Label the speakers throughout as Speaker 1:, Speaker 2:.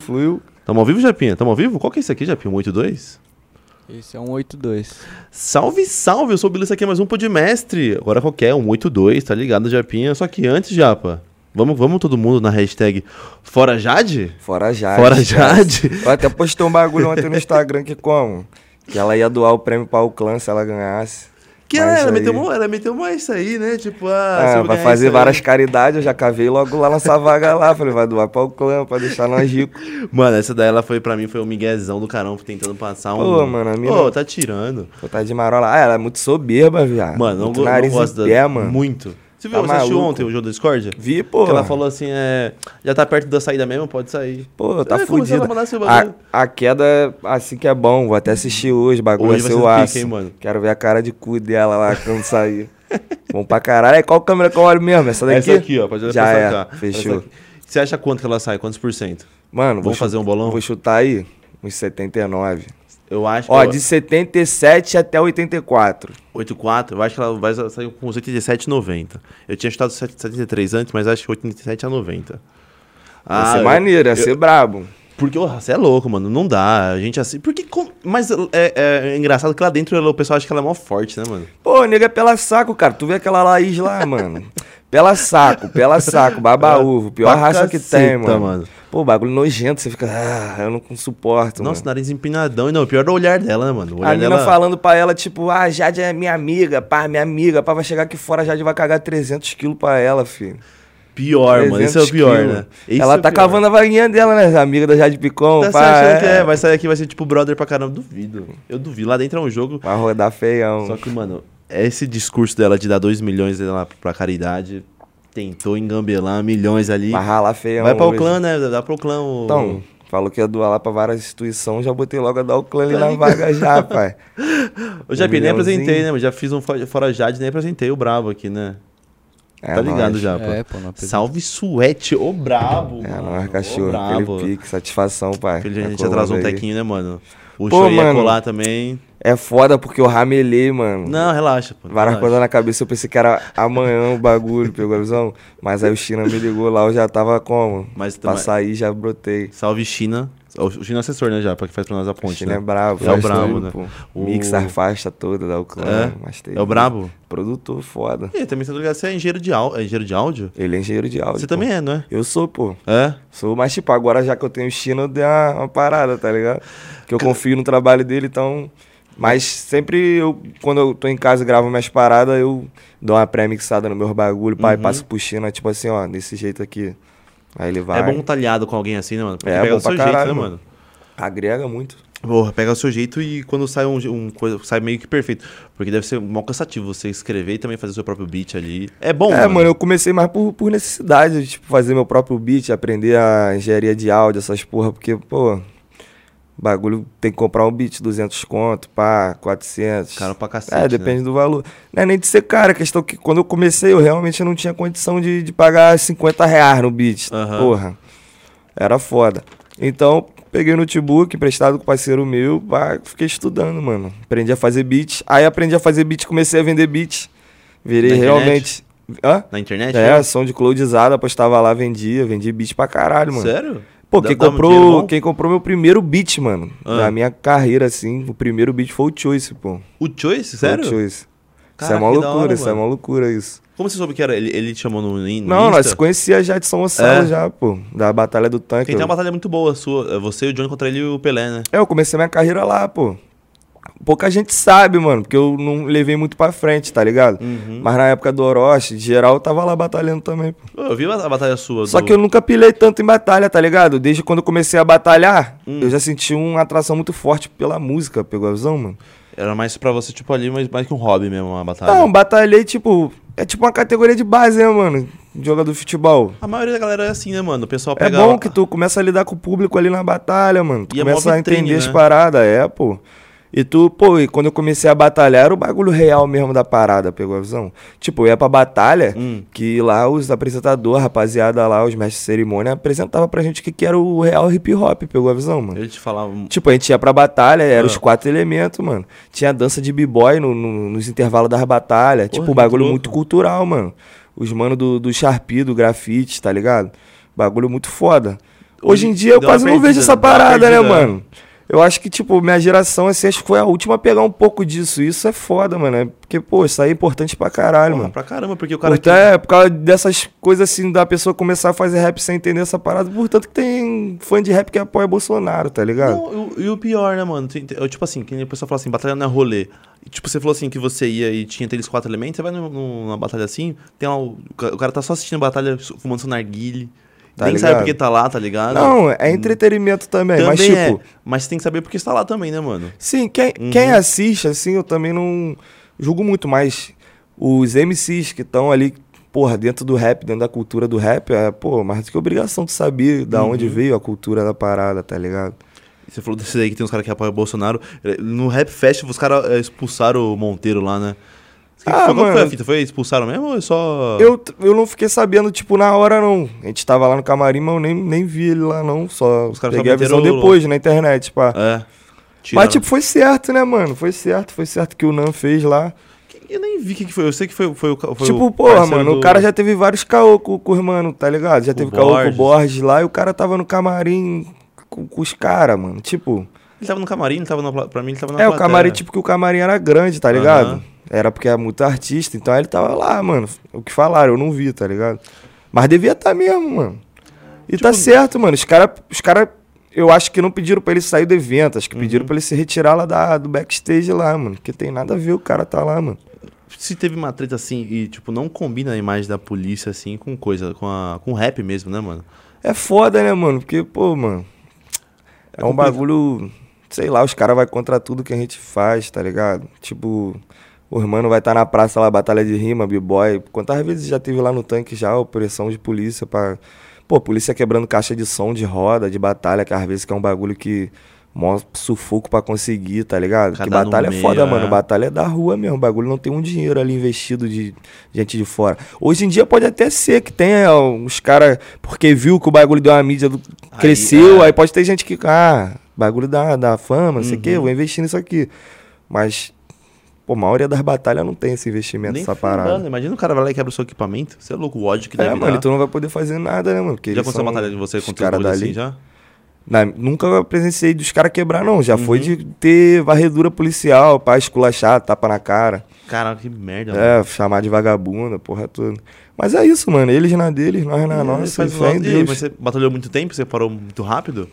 Speaker 1: Fluiu.
Speaker 2: Tamo ao vivo, Japinha? Tamo ao vivo? Qual que é esse aqui, Japinha? 182?
Speaker 1: Esse é um 82.
Speaker 2: Salve, salve! Eu sou o Bilo, esse aqui é mais um Podmestre. Agora qualquer, 182, tá ligado, Japinha? Só que antes, Japa, vamos, vamos todo mundo na hashtag Fora Jade?
Speaker 3: Fora Jade.
Speaker 2: Fora
Speaker 3: cara.
Speaker 2: Jade?
Speaker 3: Eu até postei um bagulho ontem no Instagram que como? Que ela ia doar o prêmio pra Oclan se ela ganhasse.
Speaker 2: Que
Speaker 3: Mas
Speaker 2: ela, ela,
Speaker 3: aí-
Speaker 2: meteu uma, ela meteu uma isso aí, né? Tipo, ah, se eu
Speaker 3: Ah, pra
Speaker 2: ganhar
Speaker 3: fazer
Speaker 2: isso aí-
Speaker 3: várias caridades, eu já cavei logo lá nessa vaga lá. Falei, vai doar pra Oclan, pra deixar nós ricos.
Speaker 2: Mano, essa daí ela foi pra mim, foi um miguezão do caramba, tentando passar um.
Speaker 3: Pô, mano, a mina-
Speaker 2: Pô, tá tirando.
Speaker 3: Eu tava de marola. Ah, ela é muito soberba, viado.
Speaker 2: Mano, não,
Speaker 3: muito
Speaker 2: go- não
Speaker 3: nariz
Speaker 2: gosto
Speaker 3: em
Speaker 2: da.
Speaker 3: pé, mano.
Speaker 2: Muito. Você viu,
Speaker 3: Tá
Speaker 2: você assistiu
Speaker 3: maluco.
Speaker 2: ontem o jogo da Discord?
Speaker 3: Vi,
Speaker 2: Porque
Speaker 3: pô.
Speaker 2: ela falou assim, é. Já tá perto da saída mesmo, pode sair.
Speaker 3: Pô, tá
Speaker 2: É, como se
Speaker 3: fudido.
Speaker 2: ela mandasse o bagulho.
Speaker 3: A, a queda, assim que é bom. Vou até assistir hoje, o bagulho
Speaker 2: Hoje
Speaker 3: vai
Speaker 2: vai
Speaker 3: ser
Speaker 2: ser
Speaker 3: o
Speaker 2: pique,
Speaker 3: aço.
Speaker 2: hein, mano?
Speaker 3: Quero ver a cara de cu dela lá quando sair. bom pra caralho. Aí, qual câmera que eu olho mesmo? Essa daqui?
Speaker 2: Essa aqui, ó, pode olhar
Speaker 3: Já
Speaker 2: pra
Speaker 3: é,
Speaker 2: essa cá.
Speaker 3: fechou.
Speaker 2: Essa aqui. Você acha quanto que ela sai? Quantos por cento?
Speaker 3: Mano, vou
Speaker 2: Vamos fazer um bolão?
Speaker 3: Vou chutar aí uns 79.
Speaker 2: Eu acho
Speaker 3: Ó,
Speaker 2: que.
Speaker 3: de 77 até 84.
Speaker 2: 84, eu acho que ela vai sair com uns 87,90. Eu tinha chutado 7- 73 antes, mas acho que 87 a 90.
Speaker 3: Ia ser
Speaker 2: Ah, eu-
Speaker 3: maneiro, ia ser brabo.
Speaker 2: Porque ô, você é louco, mano. Não dá. A gente assim. Porque. com- Mas é, é engraçado que lá dentro ela- o pessoal acha que ela é mó forte, né, mano?
Speaker 3: Pô, nega, é pela saco, cara. Tu vê aquela Laís lá, mano. Pela saco, pela saco, baba ovo. Pior
Speaker 2: Pra
Speaker 3: raça que tem,
Speaker 2: caceta,
Speaker 3: mano.
Speaker 2: mano.
Speaker 3: Pô, bagulho nojento, você fica. Ah, eu não suporto,
Speaker 2: Nossa,
Speaker 3: mano.
Speaker 2: nariz empinadão. E não, o pior é o olhar dela, né, mano? O olhar
Speaker 3: A mina
Speaker 2: dela.
Speaker 3: falando pra ela, tipo, ah, Jade é minha amiga, pá, minha amiga, pá, vai chegar aqui fora, a Jade vai cagar 300 quilos pra ela, filho.
Speaker 2: Pior, mano. Esse é o
Speaker 3: 300
Speaker 2: pior,
Speaker 3: quilos.
Speaker 2: né? Esse
Speaker 3: ela
Speaker 2: é o
Speaker 3: tá
Speaker 2: pior.
Speaker 3: cavando a vaguinha dela, né? Amiga da Jade Picon,
Speaker 2: Tá se
Speaker 3: pá.
Speaker 2: achando que
Speaker 3: é.
Speaker 2: é, vai sair aqui, vai ser tipo brother pra caramba. Duvido. Eu duvido. Lá dentro é um jogo.
Speaker 3: Vai rodar feião.
Speaker 2: Só que, mano, esse discurso dela de dar 2 milhões dela pra caridade. Tentou engambelar milhões ali.
Speaker 3: Vai ralar feião.
Speaker 2: Vai pra o
Speaker 3: hoje.
Speaker 2: clã, né? Dá pro clã. o-
Speaker 3: Então, falou que ia doar lá pra várias instituições, já botei logo a dar o clã ali
Speaker 2: Tá
Speaker 3: na
Speaker 2: ligado?
Speaker 3: vaga já, pai.
Speaker 2: Eu já
Speaker 3: Um
Speaker 2: nem apresentei,
Speaker 3: milhãozinho.
Speaker 2: né? mano? Já fiz um fo- fora Jade, nem apresentei o Brabo aqui, né?
Speaker 3: É
Speaker 2: tá ligado,
Speaker 3: nóis.
Speaker 2: Japa?
Speaker 1: É, pô, não apresentei.
Speaker 2: Salve Suete, ô brabo,
Speaker 3: É,
Speaker 2: mano.
Speaker 3: nós,
Speaker 2: ô
Speaker 3: cachorro.
Speaker 2: brabo.
Speaker 3: Aquele pique, satisfação, pai.
Speaker 2: Infelizmente,
Speaker 3: Tá
Speaker 2: a gente atrasou um
Speaker 3: colando aí.
Speaker 2: tequinho, né, mano? O
Speaker 3: Pô,
Speaker 2: show ia
Speaker 3: mano.
Speaker 2: colar também.
Speaker 3: É foda porque eu ramelei, mano.
Speaker 2: Não, relaxa, pô.
Speaker 3: Várias
Speaker 2: relaxa.
Speaker 3: coisas na cabeça, eu pensei que era amanhã o bagulho, pegou a visão? Mas aí o China me ligou lá, eu já tava como?
Speaker 2: Mas
Speaker 3: pra
Speaker 2: também-
Speaker 3: sair já brotei.
Speaker 2: Salve China. O China é assessor, né, já? Pra que faz pra nós a
Speaker 3: O
Speaker 2: ponte,
Speaker 3: China é
Speaker 2: né?
Speaker 3: brabo,
Speaker 2: É o
Speaker 3: faz
Speaker 2: brabo,
Speaker 3: tudo,
Speaker 2: né?
Speaker 3: pô.
Speaker 2: O-
Speaker 3: Mix a faixa toda da Uclã.
Speaker 2: É? É o brabo?
Speaker 3: Produtor foda.
Speaker 2: E também você tá ligado, você é engenheiro de, au... é engenheiro de áudio?
Speaker 3: Ele é engenheiro de áudio.
Speaker 2: Você
Speaker 3: pô.
Speaker 2: também é, não é?
Speaker 3: Eu sou, pô.
Speaker 2: É?
Speaker 3: Sou, mas tipo, agora já que eu tenho China, eu dei uma, uma parada, tá ligado? Que eu confio no trabalho dele, então. Mas sempre eu, quando eu tô em casa e gravo minhas paradas, eu dou uma pré-mixada no meu bagulho, pai,
Speaker 2: Uhum.
Speaker 3: passo pro China, tipo assim, ó, desse jeito aqui. Aí ele vai.
Speaker 2: É bom estar aliado com alguém assim, né, mano? Porque
Speaker 3: É
Speaker 2: pega
Speaker 3: bom
Speaker 2: o seu
Speaker 3: pra
Speaker 2: jeito, né,
Speaker 3: caralho,
Speaker 2: mano?
Speaker 3: Agrega muito.
Speaker 2: Porra, pega o seu jeito e quando sai um, um coisa, sai meio que perfeito. Porque deve ser mal cansativo você escrever e também fazer o seu próprio beat ali. É bom,
Speaker 3: é, mano. eu comecei mais por, por necessidade, tipo, fazer meu próprio beat, aprender a engenharia de áudio, essas porra, porque, pô, bagulho tem que comprar um beat, 200 conto, pá, 400.
Speaker 2: Caro pra cacete,
Speaker 3: É,
Speaker 2: né?
Speaker 3: depende do valor. Não é nem de ser caro, a questão é que quando eu comecei eu realmente não tinha condição de, de pagar 50 reais no beat,
Speaker 2: Aham.
Speaker 3: porra. Era foda. Então, peguei o notebook emprestado com um parceiro meu, pá, fiquei estudando, mano. Aprendi a fazer beat. Aí aprendi a fazer beat, comecei a vender beat. Virei
Speaker 2: Na internet?
Speaker 3: realmente. Hã?
Speaker 2: Na internet?
Speaker 3: É,
Speaker 2: né?
Speaker 3: som de cloudizada, postava lá, vendia, vendi beat pra caralho, mano.
Speaker 2: Sério?
Speaker 3: Pô,
Speaker 2: Dá-
Speaker 3: quem
Speaker 2: dá um dinheiro
Speaker 3: comprou,
Speaker 2: bom?
Speaker 3: quem comprou meu primeiro beat, mano,
Speaker 2: Ah.
Speaker 3: da minha carreira, assim, o primeiro beat foi o Choice, pô.
Speaker 2: O Choice,
Speaker 3: Foi
Speaker 2: sério?
Speaker 3: O Choice.
Speaker 2: Caraca,
Speaker 3: isso é uma
Speaker 2: que da
Speaker 3: loucura,
Speaker 2: hora,
Speaker 3: isso é
Speaker 2: mano.
Speaker 3: uma loucura, isso.
Speaker 2: Como você soube que era? Ele, ele te chamou no, no
Speaker 3: Não,
Speaker 2: Insta?
Speaker 3: nós se conhecia já de São Gonçalo,
Speaker 2: É.
Speaker 3: já, pô, da Batalha do Tanque.
Speaker 2: Tem até
Speaker 3: Eu-
Speaker 2: uma batalha muito boa sua. é Você, o Johnny contra ele e o Pelé, né?
Speaker 3: É, eu comecei minha carreira lá, pô. Pouca gente sabe, mano, porque eu não levei muito pra frente, tá ligado?
Speaker 2: Uhum.
Speaker 3: Mas na época do Orochi, de geral, eu tava lá batalhando também, pô.
Speaker 2: Ô, Eu vi a a batalha sua.
Speaker 3: Só
Speaker 2: do-
Speaker 3: que eu nunca pilei tanto em batalha, tá ligado? Desde quando eu comecei a batalhar,
Speaker 2: Hum.
Speaker 3: eu já senti uma atração muito forte pela música, pegou a visão, mano?
Speaker 2: Era mais pra você, tipo, ali, mas mais que um hobby mesmo, a batalha.
Speaker 3: Não, batalhei, tipo, é tipo uma categoria de base, né, mano? Jogador de futebol.
Speaker 2: A maioria da galera é assim, né, mano? O pessoal
Speaker 3: É
Speaker 2: pega...
Speaker 3: bom que tu começa a lidar com o público ali na batalha, mano. Tu
Speaker 2: E é mó
Speaker 3: começa a
Speaker 2: vitrine,
Speaker 3: entender as
Speaker 2: né?
Speaker 3: paradas, é, pô. E tu, pô, e quando eu comecei a batalhar, era o bagulho real mesmo da parada, pegou a visão? Tipo, eu ia pra batalha,
Speaker 2: Hum.
Speaker 3: que lá os apresentadores, rapaziada lá, os mestres de cerimônia, apresentava pra gente o que, que era o real hip hop, pegou a visão, mano?
Speaker 2: Ele te falava... um
Speaker 3: Tipo, a gente ia pra batalha, eram
Speaker 2: Ah.
Speaker 3: os quatro elementos, mano. Tinha dança de b-boy no- no- nos intervalos das batalhas.
Speaker 2: Porra,
Speaker 3: tipo, um
Speaker 2: muito
Speaker 3: bagulho
Speaker 2: louco.
Speaker 3: muito cultural, mano. Os mano do, do Sharpie, do grafite, tá ligado? Bagulho muito foda. Hoje em dia eu
Speaker 2: Deu uma
Speaker 3: quase não vejo
Speaker 2: perdida,
Speaker 3: essa
Speaker 2: deu uma
Speaker 3: parada, né,
Speaker 2: perdida.
Speaker 3: mano? Eu acho que, tipo, minha geração, assim, acho que foi a última a pegar um pouco disso. Isso é foda, mano. É Porque, pô, isso aí é importante pra caralho,
Speaker 2: Porra,
Speaker 3: mano.
Speaker 2: pra caramba, porque o cara
Speaker 3: Portanto, É, por causa dessas coisas assim, da pessoa começar a fazer rap sem entender essa parada. Portanto, que tem fã de rap que apoia Bolsonaro, tá ligado?
Speaker 2: Não, e o- e o pior, né, mano? Tem- tem- eu, tipo assim, que nem a pessoa fala assim, batalha não é rolê. E, tipo, você falou assim que você ia e tinha aqueles quatro elementos, você vai no- no- numa batalha assim, tem lá, o, o ca- o cara tá só assistindo a batalha, su- fumando seu narguile.
Speaker 3: Tá
Speaker 2: nem
Speaker 3: ligado?
Speaker 2: sabe porque tá lá, tá ligado?
Speaker 3: Não, é entretenimento também,
Speaker 2: também
Speaker 3: mas tipo,
Speaker 2: é, Uhum. mas você tem que saber porque você tá lá também, né, mano?
Speaker 3: sim, quem, quem assiste, assim, eu também não julgo muito, mas os MCs que estão ali, porra, dentro do rap, dentro da cultura do rap, é, pô, mais do que obrigação de saber da onde
Speaker 2: Uhum.
Speaker 3: veio a cultura da parada, tá ligado?
Speaker 2: Você falou desse daí que tem uns caras que apoiam o Bolsonaro. Eh, No Rap Fest, os caras eh, expulsaram o Monteiro lá, né? Que
Speaker 3: Ah,
Speaker 2: foi, qual foi a
Speaker 3: mano.
Speaker 2: fita? Foi expulsaram mesmo ou é só.
Speaker 3: Eu, eu não fiquei sabendo, tipo, na hora, não. A gente tava lá no camarim, mas eu nem, nem vi ele lá, não. Só
Speaker 2: Os caras só
Speaker 3: peguei a visão
Speaker 2: meteram o-
Speaker 3: depois, na internet, pá.
Speaker 2: É. Tiraram.
Speaker 3: Mas, tipo, foi certo, né, mano? Foi certo, foi certo que o Nan fez lá.
Speaker 2: eu nem vi o que que foi. Eu sei que foi, foi o. ca- Foi
Speaker 3: tipo,
Speaker 2: o
Speaker 3: porra,
Speaker 2: parceiro
Speaker 3: mano,
Speaker 2: do-
Speaker 3: o cara já teve vários caô com, com o irmão, tá ligado? Já
Speaker 2: Com
Speaker 3: teve
Speaker 2: o
Speaker 3: caô com o
Speaker 2: Borges.
Speaker 3: Borges lá e o cara tava no camarim com, com os caras, mano. Tipo,
Speaker 2: Ele tava no camarim, ele tava na. pla- Pra mim, ele tava na.
Speaker 3: é, o
Speaker 2: plateia.
Speaker 3: camarim, tipo, que o camarim era grande, tá ligado?
Speaker 2: Aham.
Speaker 3: Era porque era muito artista, então aí ele tava lá, mano. O que falaram, eu não vi, tá ligado? Mas devia tá mesmo, mano. E tá
Speaker 2: Tipo,
Speaker 3: certo, mano. Os caras, os cara, eu acho que não pediram pra ele sair do evento, acho que
Speaker 2: Uhum.
Speaker 3: pediram pra ele se retirar lá da, do backstage lá, mano. Porque tem nada a ver o cara tá lá, mano.
Speaker 2: Se teve uma treta assim e, tipo, não combina a imagem da polícia assim com coisa, com, a, com rap mesmo, né, mano?
Speaker 3: É foda, né, mano? Porque, pô, mano. É, um bagulho. Sei lá, os caras vão contra tudo que a gente faz, tá ligado? Tipo, o irmão vai estar na praça lá, batalha de rima, b-boy. Quantas vezes já teve lá no tanque já, opressão de polícia pra. Pô, polícia quebrando caixa de som, de roda, de batalha, que às vezes que é um bagulho que. Mó sufoco pra conseguir, tá ligado?
Speaker 2: Cada
Speaker 3: que batalha
Speaker 2: no
Speaker 3: é foda,
Speaker 2: meio,
Speaker 3: mano.
Speaker 2: é.
Speaker 3: Batalha é da rua mesmo. O bagulho não tem um dinheiro ali investido de gente de fora. Hoje em dia pode até ser que tenha uns caras, porque viu que o bagulho deu uma mídia, do-
Speaker 2: Aí,
Speaker 3: cresceu,
Speaker 2: é.
Speaker 3: aí pode ter gente que, ah, bagulho da, da fama, não sei o quê,
Speaker 2: Uhum.
Speaker 3: vou investir nisso aqui. Mas, pô, a maioria das batalhas não tem esse investimento,
Speaker 2: Nem
Speaker 3: essa
Speaker 2: fumando,
Speaker 3: parada.
Speaker 2: Imagina o cara vai lá e quebra o seu equipamento. Você é louco, o ódio que
Speaker 3: É,
Speaker 2: deve
Speaker 3: mano,
Speaker 2: dar.
Speaker 3: e tu não vai poder fazer nada, né, mano? Porque
Speaker 2: Já
Speaker 3: eles
Speaker 2: aconteceu
Speaker 3: são
Speaker 2: uma batalha de você
Speaker 3: os
Speaker 2: contra
Speaker 3: cara
Speaker 2: os
Speaker 3: dali.
Speaker 2: assim já?
Speaker 3: Na- nunca presenciei dos caras quebrar, não. Já foi de
Speaker 2: Uhum.
Speaker 3: ter varredura policial, pá, esculachar, tapa na cara.
Speaker 2: Caralho, que merda, mano.
Speaker 3: É, chamar de vagabunda, porra toda. Mas é isso, mano. Eles na deles, nós na
Speaker 2: É,
Speaker 3: nossa. E
Speaker 2: faz
Speaker 3: fé em
Speaker 2: mal. E aí,
Speaker 3: Deus.
Speaker 2: mas é- você batalhou muito tempo? Você parou muito rápido?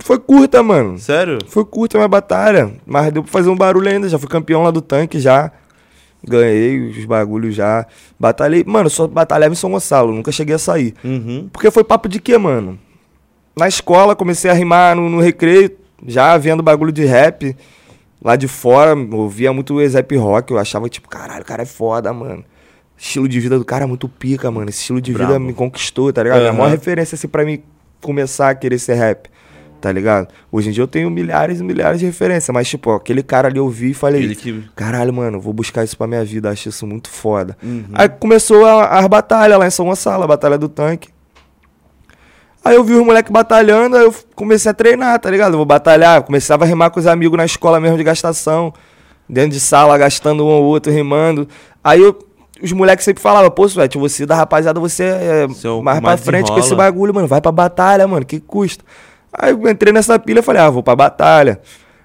Speaker 3: Foi curta, mano.
Speaker 2: Sério?
Speaker 3: Foi curta a minha batalha. Mas deu pra fazer um barulho ainda. Já fui campeão lá do tanque já. Ganhei os bagulhos já. Batalhei. Mano, eu só batalhava em São Gonçalo. Nunca cheguei a sair.
Speaker 2: Uhum.
Speaker 3: Porque foi papo de quê, mano? Na escola, comecei a rimar no, no recreio, já vendo bagulho de rap. Lá de fora, ouvia muito ex-rap rock. Eu achava, tipo, caralho, o cara é foda, mano. Estilo de vida do cara é muito pica, mano. Esse estilo de vida
Speaker 2: Brabo.
Speaker 3: me conquistou, tá ligado? É a
Speaker 2: Aham.
Speaker 3: maior referência, assim, pra mim começar a querer ser rap, tá ligado? Hoje em dia eu tenho milhares e milhares de referências, mas, tipo, ó, aquele cara ali eu vi e falei,
Speaker 2: Ele que-
Speaker 3: caralho, mano, vou buscar isso pra minha vida, acho isso muito foda. Aí começou a- as batalhas lá em São Gonçalo, a Batalha do Tanque. Aí eu vi os moleques batalhando, aí eu comecei a treinar, tá ligado? Eu vou batalhar, começava a rimar com os amigos na escola mesmo de gastação, dentro de sala, gastando um ou outro, rimando. Aí eu- os moleques sempre falavam, pô, Suete, você da rapaziada, você é
Speaker 2: Você é o que
Speaker 3: mais pra
Speaker 2: mais
Speaker 3: frente com esse
Speaker 2: desenrola."
Speaker 3: bagulho, mano, vai pra batalha, mano, que custa. Aí eu entrei nessa pilha e falei, ah, vou pra batalha.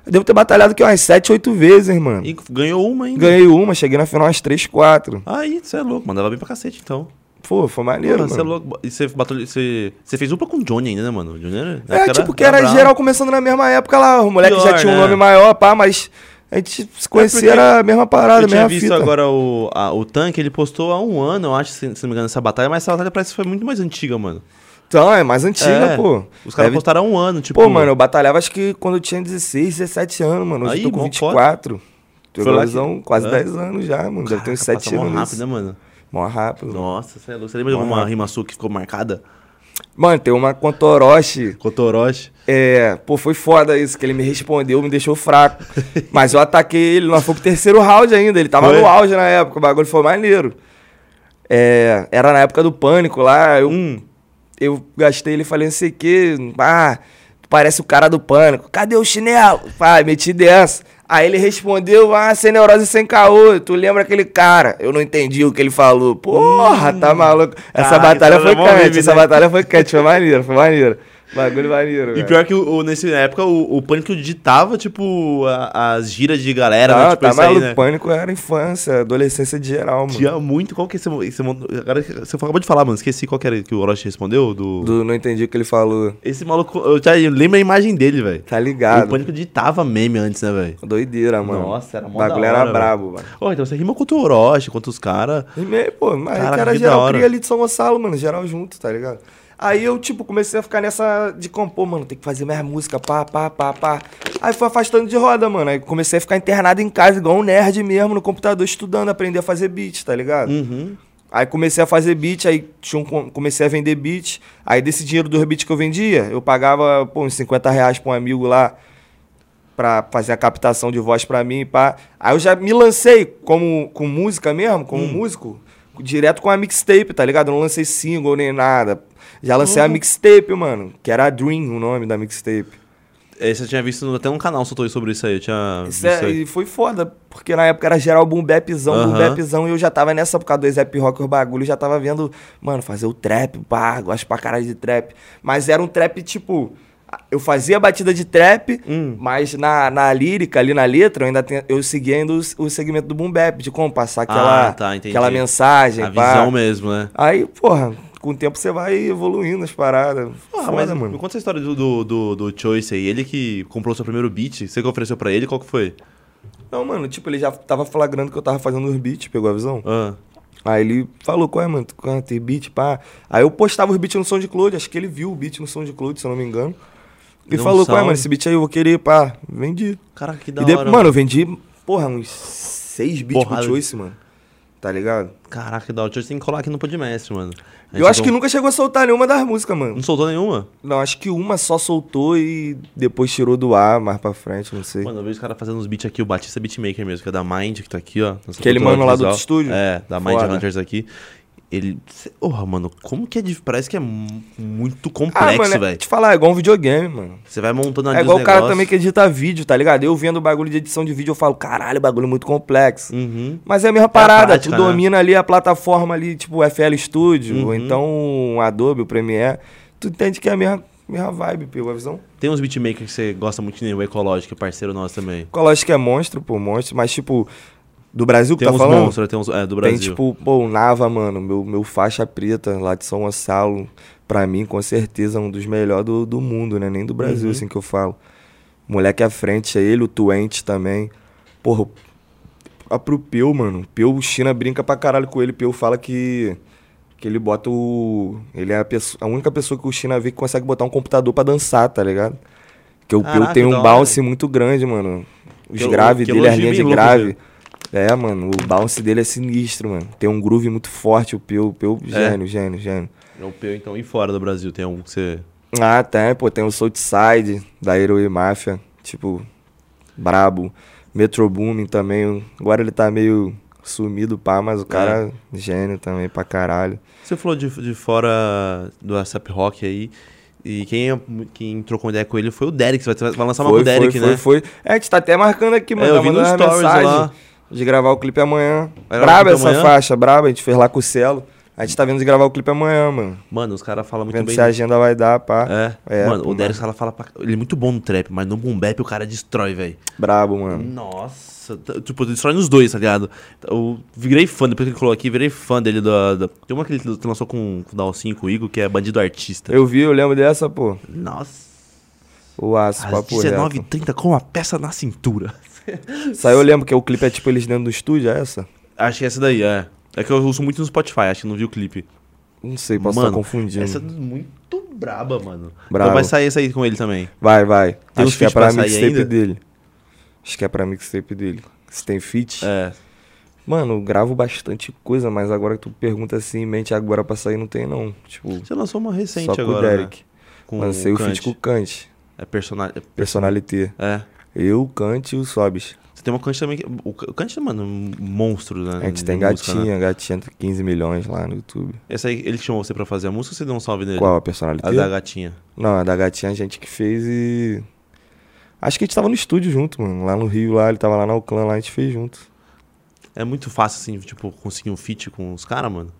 Speaker 3: Eu devo ter batalhado aqui umas 7, 8 vezes, irmão.
Speaker 2: E ganhou uma ainda.
Speaker 3: Ganhei uma, cheguei na final umas 3, 4.
Speaker 2: Aí, você é louco, mandava bem pra cacete, então.
Speaker 3: Pô, foi maneiro,
Speaker 2: Porra,
Speaker 3: mano.
Speaker 2: você é louco. E você batalhou. Você, você fez dupla com o Johnny ainda, né, mano? O Johnny era. na
Speaker 3: É,
Speaker 2: época
Speaker 3: tipo, que era
Speaker 2: brabo.
Speaker 3: geral começando na mesma época lá. Os moleques já
Speaker 2: Pior,
Speaker 3: tinham um
Speaker 2: né? é
Speaker 3: nome maior, pá, mas a gente se conhecia,
Speaker 2: porque
Speaker 3: era a mesma parada,
Speaker 2: Eu
Speaker 3: a
Speaker 2: tinha
Speaker 3: mesma
Speaker 2: visto
Speaker 3: fita.
Speaker 2: agora o, a- o tanque, ele postou há um ano, eu acho, se, se não me engano, essa batalha, mas essa batalha parece que foi muito mais antiga, mano.
Speaker 3: Então, é mais antiga,
Speaker 2: É.
Speaker 3: pô.
Speaker 2: Os caras
Speaker 3: Deve-
Speaker 2: postaram há um ano, tipo.
Speaker 3: Pô, mano, eu batalhava acho que quando eu tinha 16, 17 anos, mano. Hoje
Speaker 2: Aí,
Speaker 3: eu tô com
Speaker 2: mó
Speaker 3: 24. Tô
Speaker 2: Foi lá
Speaker 3: visão
Speaker 2: que-
Speaker 3: quase
Speaker 2: É.
Speaker 3: 10 anos já, mano. Deve ter uns 7
Speaker 2: mó
Speaker 3: anos.
Speaker 2: rápido, né, mano?
Speaker 3: Mó rápido.
Speaker 2: Nossa, você é louco. Você lembra de alguma rima sua que ficou marcada?
Speaker 3: Mano, tem uma com Toroche.
Speaker 2: Cotoroche.
Speaker 3: É, pô, foi foda isso, que ele me respondeu, me deixou fraco. Mas eu ataquei ele, nós fomos pro terceiro round ainda, ele tava
Speaker 2: Foi?
Speaker 3: no auge na época, o bagulho foi maneiro. É, era na época do pânico lá, eu, hum, eu gastei ele falei, não sei o que, ah, tu parece o cara do pânico, cadê o chinelo? Pai, meti dessa. Aí ele respondeu, ah, sem neurose, sem caô, tu lembra aquele cara? Eu não entendi o que ele falou. Porra, tá maluco. Essa
Speaker 2: Caraca,
Speaker 3: batalha
Speaker 2: essa
Speaker 3: foi
Speaker 2: era mó
Speaker 3: quente,
Speaker 2: meme,
Speaker 3: essa
Speaker 2: né?
Speaker 3: batalha foi quente, foi maneiro, foi maneiro. Bagulho maneiro,
Speaker 2: E
Speaker 3: velho.
Speaker 2: pior que o, o- nessa época o, o Pânico ditava, tipo, a- as giras de galera, né?
Speaker 3: Ah,
Speaker 2: tipo,
Speaker 3: tá
Speaker 2: isso aí,
Speaker 3: maluco,
Speaker 2: né?
Speaker 3: pânico era infância, adolescência de geral, mano.
Speaker 2: Tinha muito. Qual que é esse. esse mon- agora, você acabou de falar, mano. Esqueci qual que era que o Orochi respondeu. Do...
Speaker 3: Do, não entendi o que ele falou.
Speaker 2: Esse maluco. Eu já lembro a imagem dele, velho.
Speaker 3: Tá
Speaker 2: O
Speaker 3: ligado.
Speaker 2: Pânico ditava meme antes, né, velho?
Speaker 3: Doideira, mano.
Speaker 2: Nossa, era mó
Speaker 3: bagulho
Speaker 2: da hora,
Speaker 3: era
Speaker 2: velho.
Speaker 3: brabo, mano.
Speaker 2: Ô, então você rima contra o Orochi, contra os caras.
Speaker 3: Rimei, pô, mas
Speaker 2: Cara,
Speaker 3: cara,
Speaker 2: que da
Speaker 3: geral
Speaker 2: hora.
Speaker 3: cria ali de São Gonçalo, mano, geral junto, tá ligado? Aí eu, tipo, comecei a ficar nessa de compor, mano, tem que fazer mais música, pá, pá, pá, pá. Aí fui afastando de roda, mano. Aí comecei a ficar internado em casa, igual um nerd mesmo, no computador, estudando, aprender a fazer beat, tá ligado?
Speaker 2: Uhum.
Speaker 3: Aí comecei a fazer beat, aí tinha um com- comecei a vender beat. Aí desse dinheiro dos beats que eu vendia, eu pagava pô, uns 50 reais pra um amigo lá pra fazer a captação de voz pra mim. Pá. Aí eu já me lancei como, com música mesmo, como músico, direto com a mixtape, tá ligado? Eu não lancei single nem nada. Já lancei a mixtape, mano, que era a Dream o nome da mixtape.
Speaker 2: Esse eu tinha visto no- até um canal soltou sobre isso aí. Eu tinha.
Speaker 3: Isso
Speaker 2: visto
Speaker 3: é-
Speaker 2: aí.
Speaker 3: e foi foda, porque na época era geral boom bapzão, boom
Speaker 2: Aham.
Speaker 3: bapzão, e eu já tava nessa por causa do Zap Rock, o bagulho, eu já tava vendo, mano, fazer o trap, pá, gosto pra caralho de trap. Mas era um trap, tipo, eu fazia batida de trap,
Speaker 2: Hum.
Speaker 3: mas na, na lírica, ali na letra, eu ainda tenho- eu seguia ainda o, o segmento do boom bap, de como passar aquela,
Speaker 2: Ah, tá, entendi.
Speaker 3: aquela mensagem,
Speaker 2: A
Speaker 3: pá.
Speaker 2: visão mesmo, né?
Speaker 3: Aí, porra, com o tempo você vai evoluindo as paradas.
Speaker 2: Ah,
Speaker 3: Foda,
Speaker 2: mas me
Speaker 3: mano.
Speaker 2: conta essa história do, do, do, do Choice aí. Ele que comprou seu primeiro beat. Você que ofereceu pra ele, qual que foi?
Speaker 3: Não, mano, tipo, ele já tava flagrando que eu tava fazendo os beats, pegou a visão?
Speaker 2: Ah,
Speaker 3: Aí ele falou, qual é, mano? Tu canta, e beat, pá. Aí eu postava os beats no SoundCloud, acho que ele viu o beat no SoundCloud, se eu não me engano. E
Speaker 2: Deu um
Speaker 3: falou, qual é,
Speaker 2: salve.
Speaker 3: mano? Esse beat aí eu vou querer, pá. Vendi.
Speaker 2: caraca, que da
Speaker 3: E de...
Speaker 2: hora.
Speaker 3: Mano, eu vendi, porra, uns seis beats pro
Speaker 2: Porrada.
Speaker 3: Choice, mano. Tá ligado?
Speaker 2: Caraca, que da hora. O Choice tem que colar aqui no Podmestre, mano. A
Speaker 3: Eu
Speaker 2: gente
Speaker 3: acho que
Speaker 2: não...
Speaker 3: nunca chegou a soltar nenhuma das músicas, mano.
Speaker 2: Não soltou nenhuma?
Speaker 3: Não, acho que uma só soltou e depois tirou do ar, mais pra frente, não sei.
Speaker 2: Mano, eu vejo os caras fazendo uns beats aqui, o Batista é Beatmaker mesmo, que é da Mind, que tá aqui, ó. nossa
Speaker 3: Aquele
Speaker 2: cultura
Speaker 3: mano lá do
Speaker 2: audiovisual.
Speaker 3: estúdio?
Speaker 2: É, da Mind
Speaker 3: Foda.
Speaker 2: Hunters aqui. Ele. Porra, mano, como que é difícil? Parece que é mu- muito
Speaker 3: ah,
Speaker 2: complexo,
Speaker 3: mano, é-
Speaker 2: velho.
Speaker 3: te falar, é igual um videogame, mano.
Speaker 2: Você vai montando ali
Speaker 3: É igual
Speaker 2: os
Speaker 3: o cara
Speaker 2: negócios.
Speaker 3: também que edita vídeo, tá ligado? Eu vendo o bagulho de edição de vídeo, eu falo, caralho, bagulho muito complexo.
Speaker 2: Uhum.
Speaker 3: Mas é a mesma parada,
Speaker 2: prática,
Speaker 3: tu
Speaker 2: né?
Speaker 3: domina ali a plataforma ali, tipo o FL Studio, ou então o Adobe, o Premiere. Tu entende que é a mesma, mesma vibe, pô, a visão.
Speaker 2: Tem uns beatmakers que você gosta muito, que nem o Ecológico, parceiro nosso também.
Speaker 3: Lógico que é monstro, pô, monstro, mas tipo, do Brasil que
Speaker 2: Tem
Speaker 3: tá
Speaker 2: uns
Speaker 3: falando?
Speaker 2: monstros, tem uns. É, do
Speaker 3: Tem
Speaker 2: Brasil.
Speaker 3: tipo, pô, o Nava, mano, meu, meu faixa preta lá de São Gonçalo, pra mim, com certeza, um dos melhores do, do mundo, né? Nem do Brasil,
Speaker 2: Uhum.
Speaker 3: assim que eu falo. Moleque à frente, é ele, o Tuente também. Porra, a pro Peu, mano. Peu, o China brinca pra caralho com ele. Peu fala que. Que ele bota o. Ele é a, pesso- a única pessoa que o China vê que consegue botar um computador pra dançar, tá ligado? Porque o Peu
Speaker 2: Caraca,
Speaker 3: tem
Speaker 2: da
Speaker 3: um
Speaker 2: hora.
Speaker 3: bounce muito grande, mano. Os
Speaker 2: Que-
Speaker 3: graves
Speaker 2: que
Speaker 3: dele, as
Speaker 2: elogio
Speaker 3: linhas de
Speaker 2: bem louco,
Speaker 3: grave. É, mano, o bounce dele é sinistro, mano. Tem um groove muito forte, o Peu, Peu, gênio, gênio, gênio.
Speaker 2: É o Peu, então, e fora do Brasil, tem algum que você.
Speaker 3: Ah, tem, pô, tem o Southside, da Heroin Mafia, tipo, brabo. Metro Booming também, agora ele tá meio sumido, pá,
Speaker 2: É.
Speaker 3: mas o cara gênio também pra caralho.
Speaker 2: Você falou de, de fora do ASAP Rock aí. E quem, quem trocou ideia com ele foi o Derek. Você vai, vai lançar uma com o Derek,
Speaker 3: foi,
Speaker 2: né?
Speaker 3: foi, foi. É, a gente tá até marcando aqui, mano,
Speaker 2: É, eu
Speaker 3: tá
Speaker 2: vi
Speaker 3: mandando
Speaker 2: nos
Speaker 3: uma
Speaker 2: stories
Speaker 3: mensagem
Speaker 2: lá.
Speaker 3: de gravar o clipe amanhã.
Speaker 2: Vai gravar
Speaker 3: Braba
Speaker 2: o clipe
Speaker 3: essa
Speaker 2: amanhã?
Speaker 3: faixa, braba, a gente fez lá com o Celo. A gente tá vendo de gravar o clipe amanhã, mano.
Speaker 2: Mano, os caras falam muito
Speaker 3: Vendo
Speaker 2: bem.
Speaker 3: se a agenda vai dar, pá.
Speaker 2: É.
Speaker 3: É,
Speaker 2: mano,
Speaker 3: pô,
Speaker 2: o Derek ela fala pra... Ele é muito bom no trap, mas no boom bap o cara destrói, velho.
Speaker 3: Brabo, mano.
Speaker 2: Nossa, t- tipo, destrói nos dois, tá ligado? Eu virei fã, depois que ele colocou aqui, virei fã dele da. da- Tem uma que ele lançou com, com o Dalcinho, com o Igor, que é Bandido Artista.
Speaker 3: Eu vi, eu lembro dessa, pô.
Speaker 2: Nossa.
Speaker 3: O aço,
Speaker 2: Às
Speaker 3: papo reto.
Speaker 2: 19h30 com a peça na cintura.
Speaker 3: Saiu, eu lembro que o clipe é tipo eles dentro do estúdio, é essa?
Speaker 2: Acho que é essa daí, é. É que eu uso muito no Spotify, acho que não vi o clipe.
Speaker 3: Não sei, posso
Speaker 2: mano,
Speaker 3: estar confundindo.
Speaker 2: Essa é muito braba, mano.
Speaker 3: Brabo.
Speaker 2: Então vai sair essa aí com ele também.
Speaker 3: Vai, vai.
Speaker 2: Tem uns
Speaker 3: Acho que é
Speaker 2: feat pra
Speaker 3: pra
Speaker 2: sair ainda?
Speaker 3: mixtape dele. Acho que é pra mixtape dele. Se tem feat.
Speaker 2: É.
Speaker 3: Mano, eu gravo bastante coisa, mas agora que tu pergunta assim, em mente agora pra sair, não tem não. Tipo,
Speaker 2: Você lançou uma recente
Speaker 3: só com
Speaker 2: agora.
Speaker 3: o Derek.
Speaker 2: Né? Com
Speaker 3: Lancei o feat
Speaker 2: Kant.
Speaker 3: com o Kant.
Speaker 2: É personagem.
Speaker 3: Personalité.
Speaker 2: É.
Speaker 3: Eu, Kant e o Sobis.
Speaker 2: Você tem uma Kant também. Que... O K- o Kant, mano, é um monstro, né?
Speaker 3: A gente tem
Speaker 2: de música, né?
Speaker 3: gatinha, gatinha tem 15 milhões lá no YouTube.
Speaker 2: Essa aí, ele que chamou você pra fazer a música ou você deu um salve nele?
Speaker 3: Qual a
Speaker 2: A
Speaker 3: personalité?
Speaker 2: da gatinha.
Speaker 3: Não, a da gatinha a gente que fez e. Acho que a gente tava no estúdio junto, mano. Lá no Rio, lá, ele tava lá na Uclã, lá a gente fez junto.
Speaker 2: É muito fácil, assim, tipo, conseguir um feat com os caras, mano.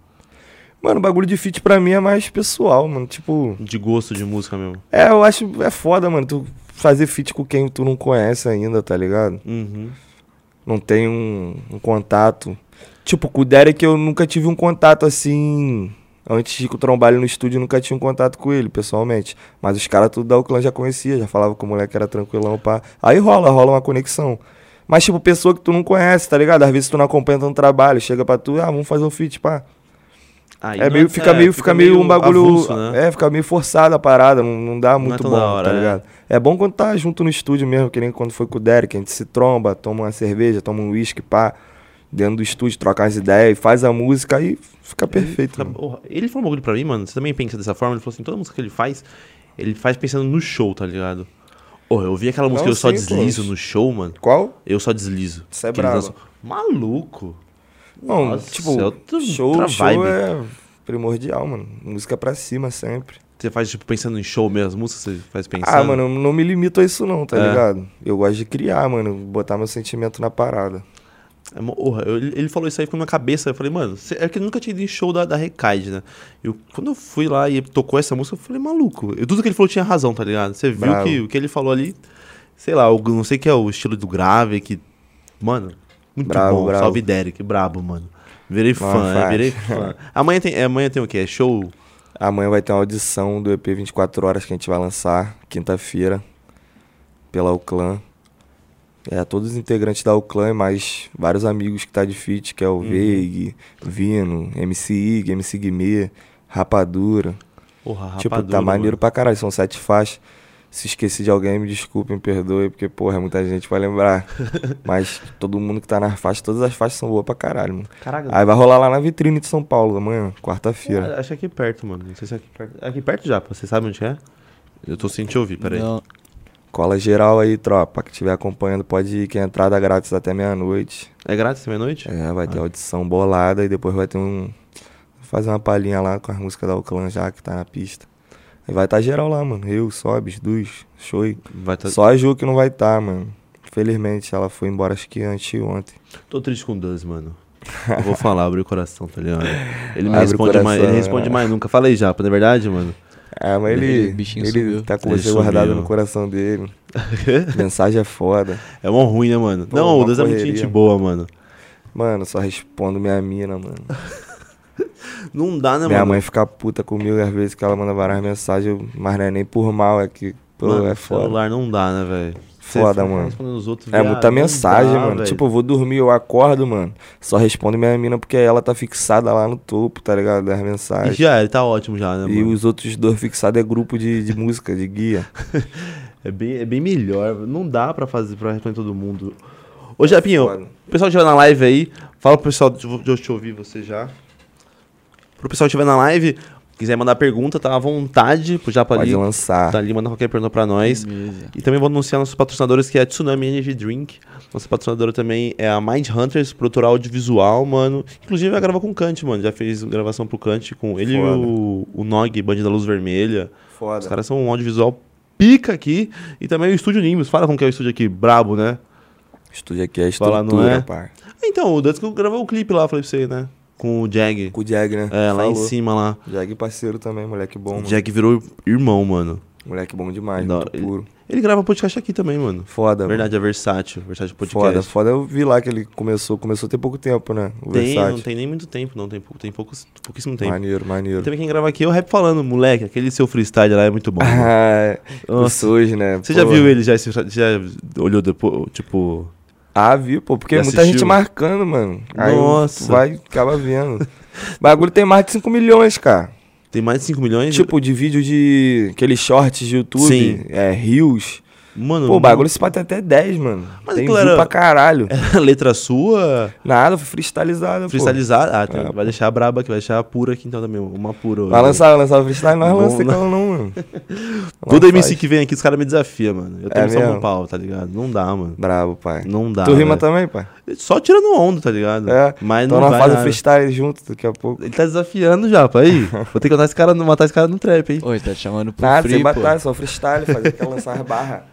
Speaker 3: Mano, o bagulho de feat pra mim é mais pessoal, mano. Tipo,
Speaker 2: De gosto de música mesmo.
Speaker 3: é, eu acho. É foda, mano. Tu fazer feat com quem tu não conhece ainda, tá ligado?
Speaker 2: Uhum.
Speaker 3: Não tem um, um contato. Tipo, com o Derek eu nunca tive um contato assim. Antes de trombar ele no estúdio, eu nunca tinha um contato com ele, pessoalmente. Mas os caras tudo da Oakland já conhecia, já falava que o moleque era tranquilão, pá. Aí rola, rola uma conexão. Mas, tipo, pessoa que tu não conhece, tá ligado? Às vezes tu não acompanha tanto trabalho, chega pra tu, ah, vamos fazer um feat, pá.
Speaker 2: Aí
Speaker 3: É
Speaker 2: não-
Speaker 3: meio, fica, meio, fica meio um bagulho.
Speaker 2: avulso, né?
Speaker 3: É, fica meio forçada a parada, não, não dá muito
Speaker 2: tão
Speaker 3: bom,
Speaker 2: da hora,
Speaker 3: tá
Speaker 2: né?
Speaker 3: ligado? É bom quando tá junto no estúdio mesmo, que nem quando foi com o Derek, a gente se tromba, toma uma cerveja, toma um uísque, pá, dentro do estúdio, troca as ideias, faz a música aí fica perfeito.
Speaker 2: Fica-
Speaker 3: mano.
Speaker 2: Porra, Ele falou um bagulho pra mim, mano. Você também pensa dessa forma? Ele falou assim: toda música que ele faz, ele faz pensando no show, tá ligado? Porra, eu vi aquela música
Speaker 3: Não,
Speaker 2: Eu Só
Speaker 3: sim,
Speaker 2: Deslizo
Speaker 3: pô.
Speaker 2: no show, mano.
Speaker 3: Qual?
Speaker 2: Eu Só Deslizo.
Speaker 3: um Isso é
Speaker 2: Que eles
Speaker 3: brabo.
Speaker 2: lançam- Maluco.
Speaker 3: Não,
Speaker 2: Nossa,
Speaker 3: tipo,
Speaker 2: é outra-
Speaker 3: show,
Speaker 2: outra vibe.
Speaker 3: show é primordial, mano. Música pra cima sempre.
Speaker 2: Você faz, tipo, pensando em show mesmo, as músicas você faz pensando.
Speaker 3: Ah, mano, eu não me limito a isso não, tá
Speaker 2: É.
Speaker 3: ligado? Eu gosto de criar, mano, botar meu sentimento na parada.
Speaker 2: É uma- porra, eu- ele falou isso aí ficou na minha cabeça. Eu falei, mano, cê- é que eu nunca tinha ido em show da, da Recaid, né? Eu, quando eu fui lá e tocou essa música, eu falei, maluco. Eu, tudo que ele falou tinha razão, tá ligado? Você viu
Speaker 3: Bravo.
Speaker 2: que o que ele falou ali, sei lá, eu não sei o que é o estilo do grave, que. Mano, muito
Speaker 3: Bravo,
Speaker 2: bom.
Speaker 3: bravo.
Speaker 2: Salve Derek, brabo, mano. Virei fã,
Speaker 3: faz.
Speaker 2: é, virei fã. Amanhã tem, é, amanhã tem o quê? É show?
Speaker 3: Amanhã vai ter uma audição do EP 24 horas que a gente vai lançar, quinta-feira, pela Uclan. É, todos os integrantes da Uclan e mais vários amigos que tá de feat, que é o Veig, Vino, MC Ig, MC Guimê, Rapadura.
Speaker 2: Porra, rapadura.
Speaker 3: tipo, tá maneiro pra caralho, são sete faixas. Se esqueci de alguém, me desculpe, me perdoe, porque, porra, é muita gente pra lembrar. Mas todo mundo que tá nas faixas, todas as faixas são boas pra caralho, mano.
Speaker 2: mano. Caraca,
Speaker 3: Aí vai rolar lá na vitrine de São Paulo amanhã, quarta-feira.
Speaker 2: Acho que é aqui perto, mano. Não sei se é aqui perto. Aqui perto já, pô. você sabe onde é? Eu tô sem te ouvir, peraí.
Speaker 1: Não,
Speaker 3: Cola geral aí, tropa. Que estiver acompanhando, pode ir, que é entrada grátis até meia-noite.
Speaker 2: É grátis meia-noite?
Speaker 3: É, vai ter audição bolada e depois vai ter um. Fazer uma palhinha lá com as músicas da Oclan já que tá na pista. Aí vai estar tá geral lá, mano. Eu, Sobes, Duz, Shoei.
Speaker 2: Vai tá...
Speaker 3: Só a Ju que não vai estar, mano. Infelizmente, ela foi embora acho que anteontem.
Speaker 2: Tô triste com o Duz, mano. Eu vou falar, abre o coração, tá ligado? Ele me
Speaker 3: Abre o
Speaker 2: responde
Speaker 3: coração,
Speaker 2: mais, ele
Speaker 3: né?
Speaker 2: responde mais nunca. Fala aí, Japa, não é verdade, mano?
Speaker 3: É, mas
Speaker 1: Ele-
Speaker 3: ele.
Speaker 1: o bichinho
Speaker 3: Ele
Speaker 1: subiu.
Speaker 3: tá com
Speaker 2: Ele
Speaker 3: você guardado
Speaker 2: subiu.
Speaker 3: no coração dele. Mensagem é foda.
Speaker 2: É mó ruim, né, mano?
Speaker 3: Pô,
Speaker 2: não, o
Speaker 3: uma
Speaker 2: Duz é muito
Speaker 3: correria.
Speaker 2: gente boa, mano.
Speaker 3: Mano, só respondo minha mina, mano.
Speaker 2: Não dá, né,
Speaker 3: Minha
Speaker 2: mano?
Speaker 3: mãe fica puta comigo às vezes que ela manda várias mensagens, eu- mas não é nem por mal, é que. Pô,
Speaker 2: Mano,
Speaker 3: é foda.
Speaker 2: celular não dá, né, velho? Você
Speaker 3: Foda,
Speaker 2: fica
Speaker 3: mano.
Speaker 2: respondendo os outros,
Speaker 3: É
Speaker 2: viado,
Speaker 3: muita
Speaker 2: não
Speaker 3: mensagem,
Speaker 2: dá,
Speaker 3: mano.
Speaker 2: velho.
Speaker 3: Tipo, eu vou dormir, eu acordo, mano. Só respondo minha mina porque ela tá fixada lá no topo, tá ligado? Das
Speaker 2: E
Speaker 3: mensagens.
Speaker 2: já, ele tá ótimo já, né,
Speaker 3: E
Speaker 2: mano?
Speaker 3: os outros dois fixados é grupo de, de música, de guia.
Speaker 2: É bem, é bem melhor. Não dá pra fazer pra responder todo mundo. Ô, Japinho,
Speaker 3: foda.
Speaker 2: o pessoal que estiver na live aí, fala pro pessoal de eu te ouvir você já. Pro pessoal que estiver na live, quiser mandar pergunta, tá à vontade pro Japa
Speaker 3: Pode
Speaker 2: ali.
Speaker 3: lançar.
Speaker 2: Tá ali, manda qualquer pergunta pra nós.
Speaker 1: beleza.
Speaker 2: E também vou anunciar nossos patrocinadores, que é a Tsunami Energy Drink. Nossa patrocinadora também é a Mind Hunters, produtora audiovisual, mano. Inclusive, ela grava com o Kant, mano. Já fez gravação pro Kant com ele
Speaker 3: Foda.
Speaker 2: e o, o Nog, Band da Luz Vermelha. Os
Speaker 3: Foda.
Speaker 2: caras são um audiovisual pica aqui. E também o Estúdio Nimbus. Fala com que é o estúdio aqui, brabo, né?
Speaker 3: O estúdio aqui é
Speaker 2: Fala,
Speaker 3: estrutura,
Speaker 2: não é?
Speaker 3: par.
Speaker 2: Então, o Dutz que gravou o clipe lá, falei pra você, né? Com o Jag.
Speaker 3: Com o Jag, né?
Speaker 2: É, lá em
Speaker 3: Falou.
Speaker 2: cima lá.
Speaker 3: Jag parceiro também, moleque bom,
Speaker 2: O
Speaker 3: mano.
Speaker 2: Jag virou irmão, mano.
Speaker 3: Moleque bom demais,
Speaker 2: Da
Speaker 3: muito
Speaker 2: hora. Ele-
Speaker 3: puro.
Speaker 2: Ele grava podcast aqui também, mano.
Speaker 3: Foda, mano.
Speaker 2: Verdade, é versátil. Versátil podcast.
Speaker 3: Tá Foda, foda. Eu vi lá que ele começou, começou tem pouco tempo, né? O
Speaker 2: Tem,
Speaker 3: Versace.
Speaker 2: não tem nem muito tempo, não. Tem, pou- tem poucos, pouquíssimo tempo.
Speaker 3: Maneiro, maneiro.
Speaker 2: E também quem grava aqui é o Rap Falando, moleque. Aquele seu freestyle lá é muito bom. mano.
Speaker 3: Ah, o
Speaker 2: Nossa.
Speaker 3: SUS, né?
Speaker 2: Você já
Speaker 3: Pô.
Speaker 2: viu ele já? esse- Já olhou depois? Tipo.
Speaker 3: Ah, vi, pô, porque
Speaker 2: Já
Speaker 3: muita
Speaker 2: assistiu?
Speaker 3: gente marcando, mano. Aí
Speaker 2: Nossa.
Speaker 3: Nossa. vai, acaba vendo. bagulho tem mais de 5 milhões, cara.
Speaker 2: Tem mais de 5 milhões?
Speaker 3: Tipo, de vídeo de aqueles shorts de YouTube,
Speaker 2: Sim.
Speaker 3: é, rios.
Speaker 2: mano.
Speaker 3: Pô, o bagulho se pode até 10, mano.
Speaker 2: Mas é.
Speaker 3: tem
Speaker 2: aquilo
Speaker 3: view
Speaker 2: era-
Speaker 3: pra caralho.
Speaker 2: A letra sua,
Speaker 3: Nada, foi freestylizado, pô.
Speaker 2: freestylizada. Ah, tem-
Speaker 3: É,
Speaker 2: vai deixar a braba aqui, vai deixar a pura aqui então também. Uma pura.
Speaker 3: Vai
Speaker 2: hoje.
Speaker 3: lançar, vai lançar o freestyle, nós
Speaker 2: né? Não,
Speaker 3: lança
Speaker 2: não. é
Speaker 3: aquela não, mano.
Speaker 2: Todo
Speaker 3: Nós
Speaker 2: MC
Speaker 3: faz.
Speaker 2: que vem aqui, os caras me desafiam, mano. Eu tô
Speaker 3: É
Speaker 2: em São
Speaker 3: mesmo?
Speaker 2: Paulo, tá ligado? Não dá, mano.
Speaker 3: Brabo, pai.
Speaker 2: Não dá.
Speaker 3: tu rima
Speaker 2: velho.
Speaker 3: também, pai?
Speaker 2: Só tirando onda, tá ligado?
Speaker 3: É.
Speaker 2: Mas
Speaker 3: então
Speaker 2: não
Speaker 3: nós
Speaker 2: vai
Speaker 3: faz o
Speaker 2: nada.
Speaker 3: freestyle junto daqui a pouco.
Speaker 2: Ele tá desafiando já, pá. Aí, vou ter que matar esse cara, matar esse cara no trap, hein?
Speaker 1: Oi, tá te chamando pro
Speaker 3: Nada,
Speaker 1: free,
Speaker 3: sem é
Speaker 1: pô.
Speaker 3: batalha, só freestyle, fazer aquela lançar as barras.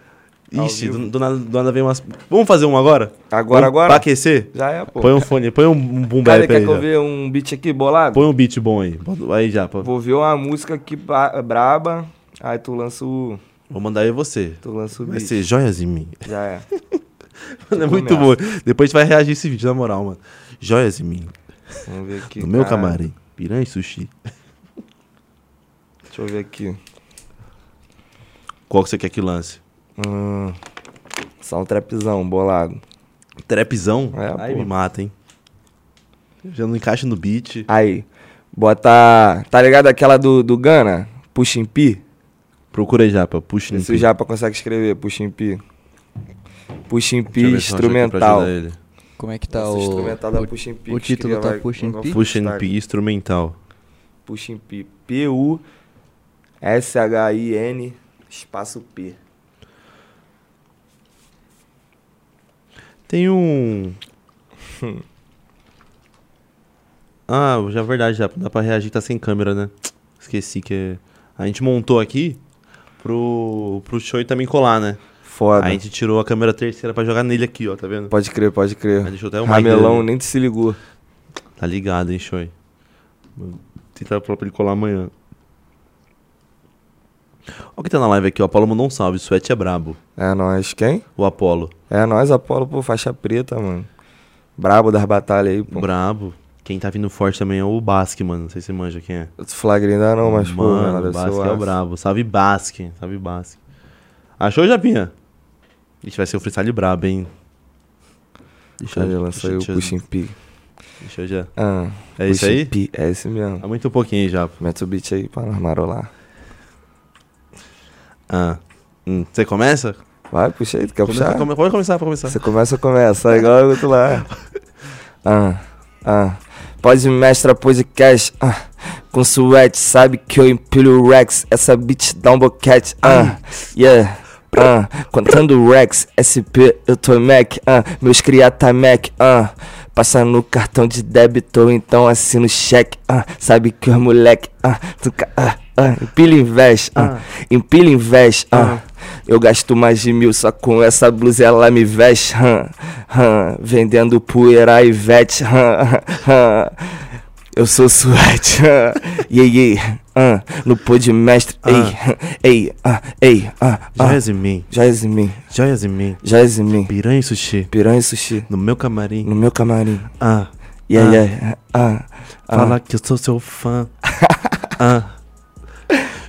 Speaker 3: Ao
Speaker 2: Ixi,
Speaker 3: vivo.
Speaker 2: do, do nada, do nada vem umas. Vamos fazer um agora?
Speaker 3: Agora,
Speaker 2: Um-
Speaker 3: agora?
Speaker 2: Pra aquecer?
Speaker 3: Já é, pô.
Speaker 2: Põe um fone, põe um, um boom
Speaker 3: Cara,
Speaker 2: bap
Speaker 3: quer
Speaker 2: aí.
Speaker 3: que eu
Speaker 2: já.
Speaker 3: ver um beat aqui bolado?
Speaker 2: Põe um beat bom aí. Bota- Aí já. pô.
Speaker 3: Vou ver uma música aqui ba- braba, aí tu lança o,
Speaker 2: Vou mandar aí você.
Speaker 3: tu lança o
Speaker 2: Vai
Speaker 3: beat.
Speaker 2: ser joias em mim.
Speaker 3: Já é.
Speaker 2: Mano, é muito bom.
Speaker 3: começa.
Speaker 2: Depois a gente vai reagir esse vídeo, na moral, mano. Joias em mim.
Speaker 3: Vamos ver aqui.
Speaker 2: no meu
Speaker 3: cara.
Speaker 2: camarim. Piranha e sushi.
Speaker 3: Deixa eu ver aqui.
Speaker 2: Qual que você quer que lance?
Speaker 3: Hum, só um trapzão bolado.
Speaker 2: Trapzão?
Speaker 3: É,
Speaker 2: aí
Speaker 3: pô.
Speaker 2: me mata, hein? Já não encaixa no beat.
Speaker 3: Aí, bota. Tá ligado aquela do, do Gana? Puxa em pi?
Speaker 2: Procura aí já, pô. Puxa
Speaker 3: Esse
Speaker 2: em-
Speaker 3: japa consegue escrever, puxa em pi. Puxa em
Speaker 2: Deixa eu
Speaker 3: pi
Speaker 2: ver se eu acho aqui pra
Speaker 3: é instrumental.
Speaker 2: ajudar ele.
Speaker 1: Como é que tá
Speaker 3: Essa
Speaker 1: o.
Speaker 3: instrumental da
Speaker 1: o-
Speaker 3: Puxa em Pi.
Speaker 1: o
Speaker 3: que um
Speaker 1: título
Speaker 3: escreve,
Speaker 1: tá
Speaker 3: vai-
Speaker 1: Puxa em
Speaker 3: vai-
Speaker 1: Pi?
Speaker 2: Puxa em pi instrumental.
Speaker 3: Puxa em Pi. P-U S-H-I-N espaço P.
Speaker 2: Tem um. ah, já é verdade, já dá pra reagir, tá sem câmera, né? Esqueci que é. A gente montou aqui pro, pro show e também colar, né?
Speaker 3: Foda.
Speaker 2: A gente tirou a câmera terceira pra jogar nele aqui, ó, tá vendo?
Speaker 3: Pode crer, pode crer.
Speaker 2: Mas é um deixa eu até o mic
Speaker 3: Ramelão
Speaker 2: dele.
Speaker 3: nem se ligou.
Speaker 2: Tá ligado, hein, show? Vou Tentar pra pra ele colar amanhã. Ó, que tá na live aqui, ó. Apolo mandou um salve. Sweat é brabo.
Speaker 3: É nós quem?
Speaker 2: O Apolo.
Speaker 3: É nós, Apolo, pô, faixa preta, mano. Brabo das batalhas aí, pô.
Speaker 2: Brabo. Quem tá vindo forte também é o Basque, mano. Não sei se você manja quem é.
Speaker 3: Eu tô flagre ainda não, mas pô, mano,
Speaker 2: Mano, o
Speaker 3: deve ser
Speaker 2: Basque é o
Speaker 3: aço.
Speaker 2: brabo. Salve Basque, salve Basque. Achou, Japinha? Ixi, vai ser o freestyle brabo, hein? Deixa
Speaker 3: Deixa eu lançar aí o
Speaker 2: deixa-
Speaker 3: Puxa em Pi.
Speaker 2: Deixa eu já.
Speaker 3: Ah,
Speaker 2: É isso
Speaker 3: Puxa em
Speaker 2: aí?
Speaker 3: Pi, É esse mesmo.
Speaker 2: Aumenta um pouquinho aí, Japa.
Speaker 3: Mete o beat aí pra nós marolar.
Speaker 2: Ah. Hum, Você começa?
Speaker 3: Vai, puxa aí, tu quer
Speaker 2: Começa,
Speaker 3: puxar?
Speaker 2: come- Pode começar, pode começar.
Speaker 3: Você começa ou começa? Igual eu tô lá. Ah, ah. Pode mestra podcast. Ah. Com suete, sabe que eu empilho o Rex. Essa beat dá um boquete. Ah, yeah. Ah, contando Rex, SP, eu tô Mac. Ah, meus cria tá Mac. Ah, passa no cartão de débito, ou então assino cheque. Ah, sabe que eu moleque. Ah, tu ca- ah, ah, empilha e investe. Ah, empilha e investe. Ah. Eu gasto mais de mil só com essa blusa, ela me veste. hã, hã. vendendo poeira e vete. hã, hã. ah. Eu sou suete. hã. Yeah, yeah. hã. ah. no pô de mestre. Ei, hã, ei, ah, ei, ah, ah.
Speaker 2: Joias em mim,
Speaker 3: Joias em mim,
Speaker 2: joias em mim.
Speaker 3: joias em mim.
Speaker 2: Piranha e sushi,
Speaker 3: Piranha e sushi
Speaker 2: no meu camarim.
Speaker 3: no meu camarim.
Speaker 2: Ah,
Speaker 3: Yeah,
Speaker 2: Ah.
Speaker 3: yeah. Ah, ah.
Speaker 2: fala que eu sou seu fã. Ah,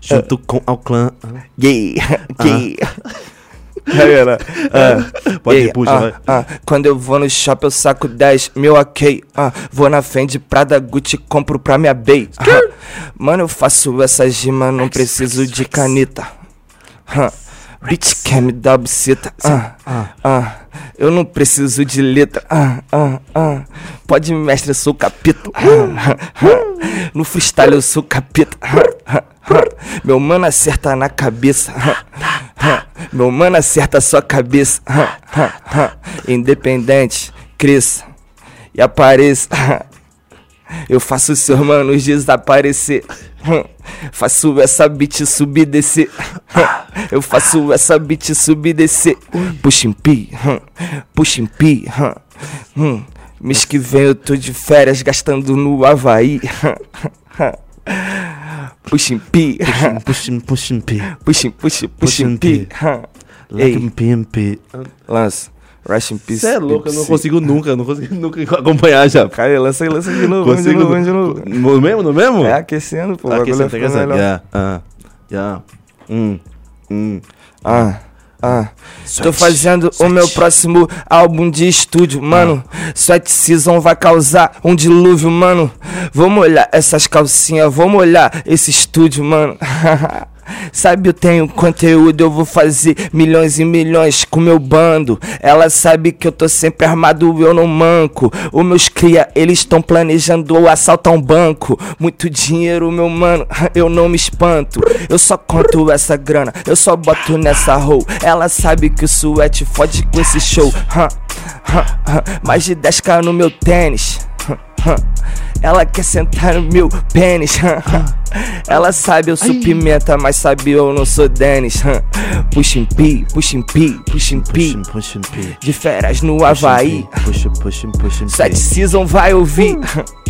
Speaker 2: junto com ao clã. Ah.
Speaker 3: Yeah, yeah. Aí ela, ah.
Speaker 2: É, Pode
Speaker 3: Ei,
Speaker 2: ir, puxa,
Speaker 3: ah,
Speaker 2: vai.
Speaker 3: ah, quando eu vou no shopping, eu saco 10 mil ok. Ah, vou na Fendi, Prada, Gucci, compro pra minha bae. Ah, mano, eu faço essa gima, não preciso de caneta. Ah, bitch quer me dar buceta. Ah, ah, eu não preciso de letra. Ah, ah, ah. Pode mestre, eu sou capeta. Ah, ah, ah. No freestyle eu sou capeta. Ah, ah, ah. Meu mano acerta na cabeça. Ah, ah. Meu mano acerta a sua cabeça. Ah, ah, ah. Independente, cresça e apareça. Ah, Eu faço seus manos desaparecer. Ah, Faço essa beat subir e descer. Ah, Eu faço essa beat subir e descer. Puxa em pi, ah, puxa em pi. ah. Hum, Mês que vem eu tô de férias gastando no Havaí. Ah, ah. Puxa em pi. ah.
Speaker 2: Puxa, puxa, puxa.
Speaker 3: Puxem, puxem, puxem,
Speaker 2: Pushing
Speaker 3: pi.
Speaker 2: P.
Speaker 3: Hã.
Speaker 2: Like
Speaker 3: Ei.
Speaker 2: um PMP.
Speaker 3: Lança. Rush in Peace.
Speaker 2: Você é louco, eu não
Speaker 3: Pepsi.
Speaker 2: consigo nunca, eu não consigo nunca acompanhar já.
Speaker 3: Cara, lança aí, lança de novo, vamos de
Speaker 2: Consigo.
Speaker 3: novo, vamos de novo.
Speaker 2: No mesmo, no mesmo?
Speaker 3: É né? aquecendo, pô. o
Speaker 2: Ah, que
Speaker 3: bagulho
Speaker 2: você
Speaker 3: vai
Speaker 2: tá
Speaker 3: ficando
Speaker 2: engraçado.
Speaker 3: melhor.
Speaker 2: Yeah, ah, yeah. Hum, hum.
Speaker 3: Ah, ah. Tô fazendo o meu próximo álbum de estúdio, mano. Sweat Season vai causar um dilúvio, mano. Vou molhar essas calcinhas, vou molhar esse estúdio, mano. Sabe, eu tenho conteúdo, eu vou fazer milhões e milhões com meu bando. Ela sabe que eu tô sempre armado, eu não manco. Os meus cria, eles estão planejando ou assaltar um banco. Muito dinheiro, meu mano, eu não me espanto. Eu só conto essa grana, eu só boto nessa roll. Ela sabe que o suete fode com esse show. Hã, hã, hã. Mais de 10k no meu tênis. Hã, Ela quer sentar no meu pênis. Ela sabe eu sou pimenta, mas sabe eu não sou Dennis. Puxa em pi, puxa em pi, puxa em pi.
Speaker 2: Puxa, puxa,
Speaker 3: De férias no Havaí.
Speaker 2: Puxa, puxa, puxa,
Speaker 3: Sete Season vai ouvir.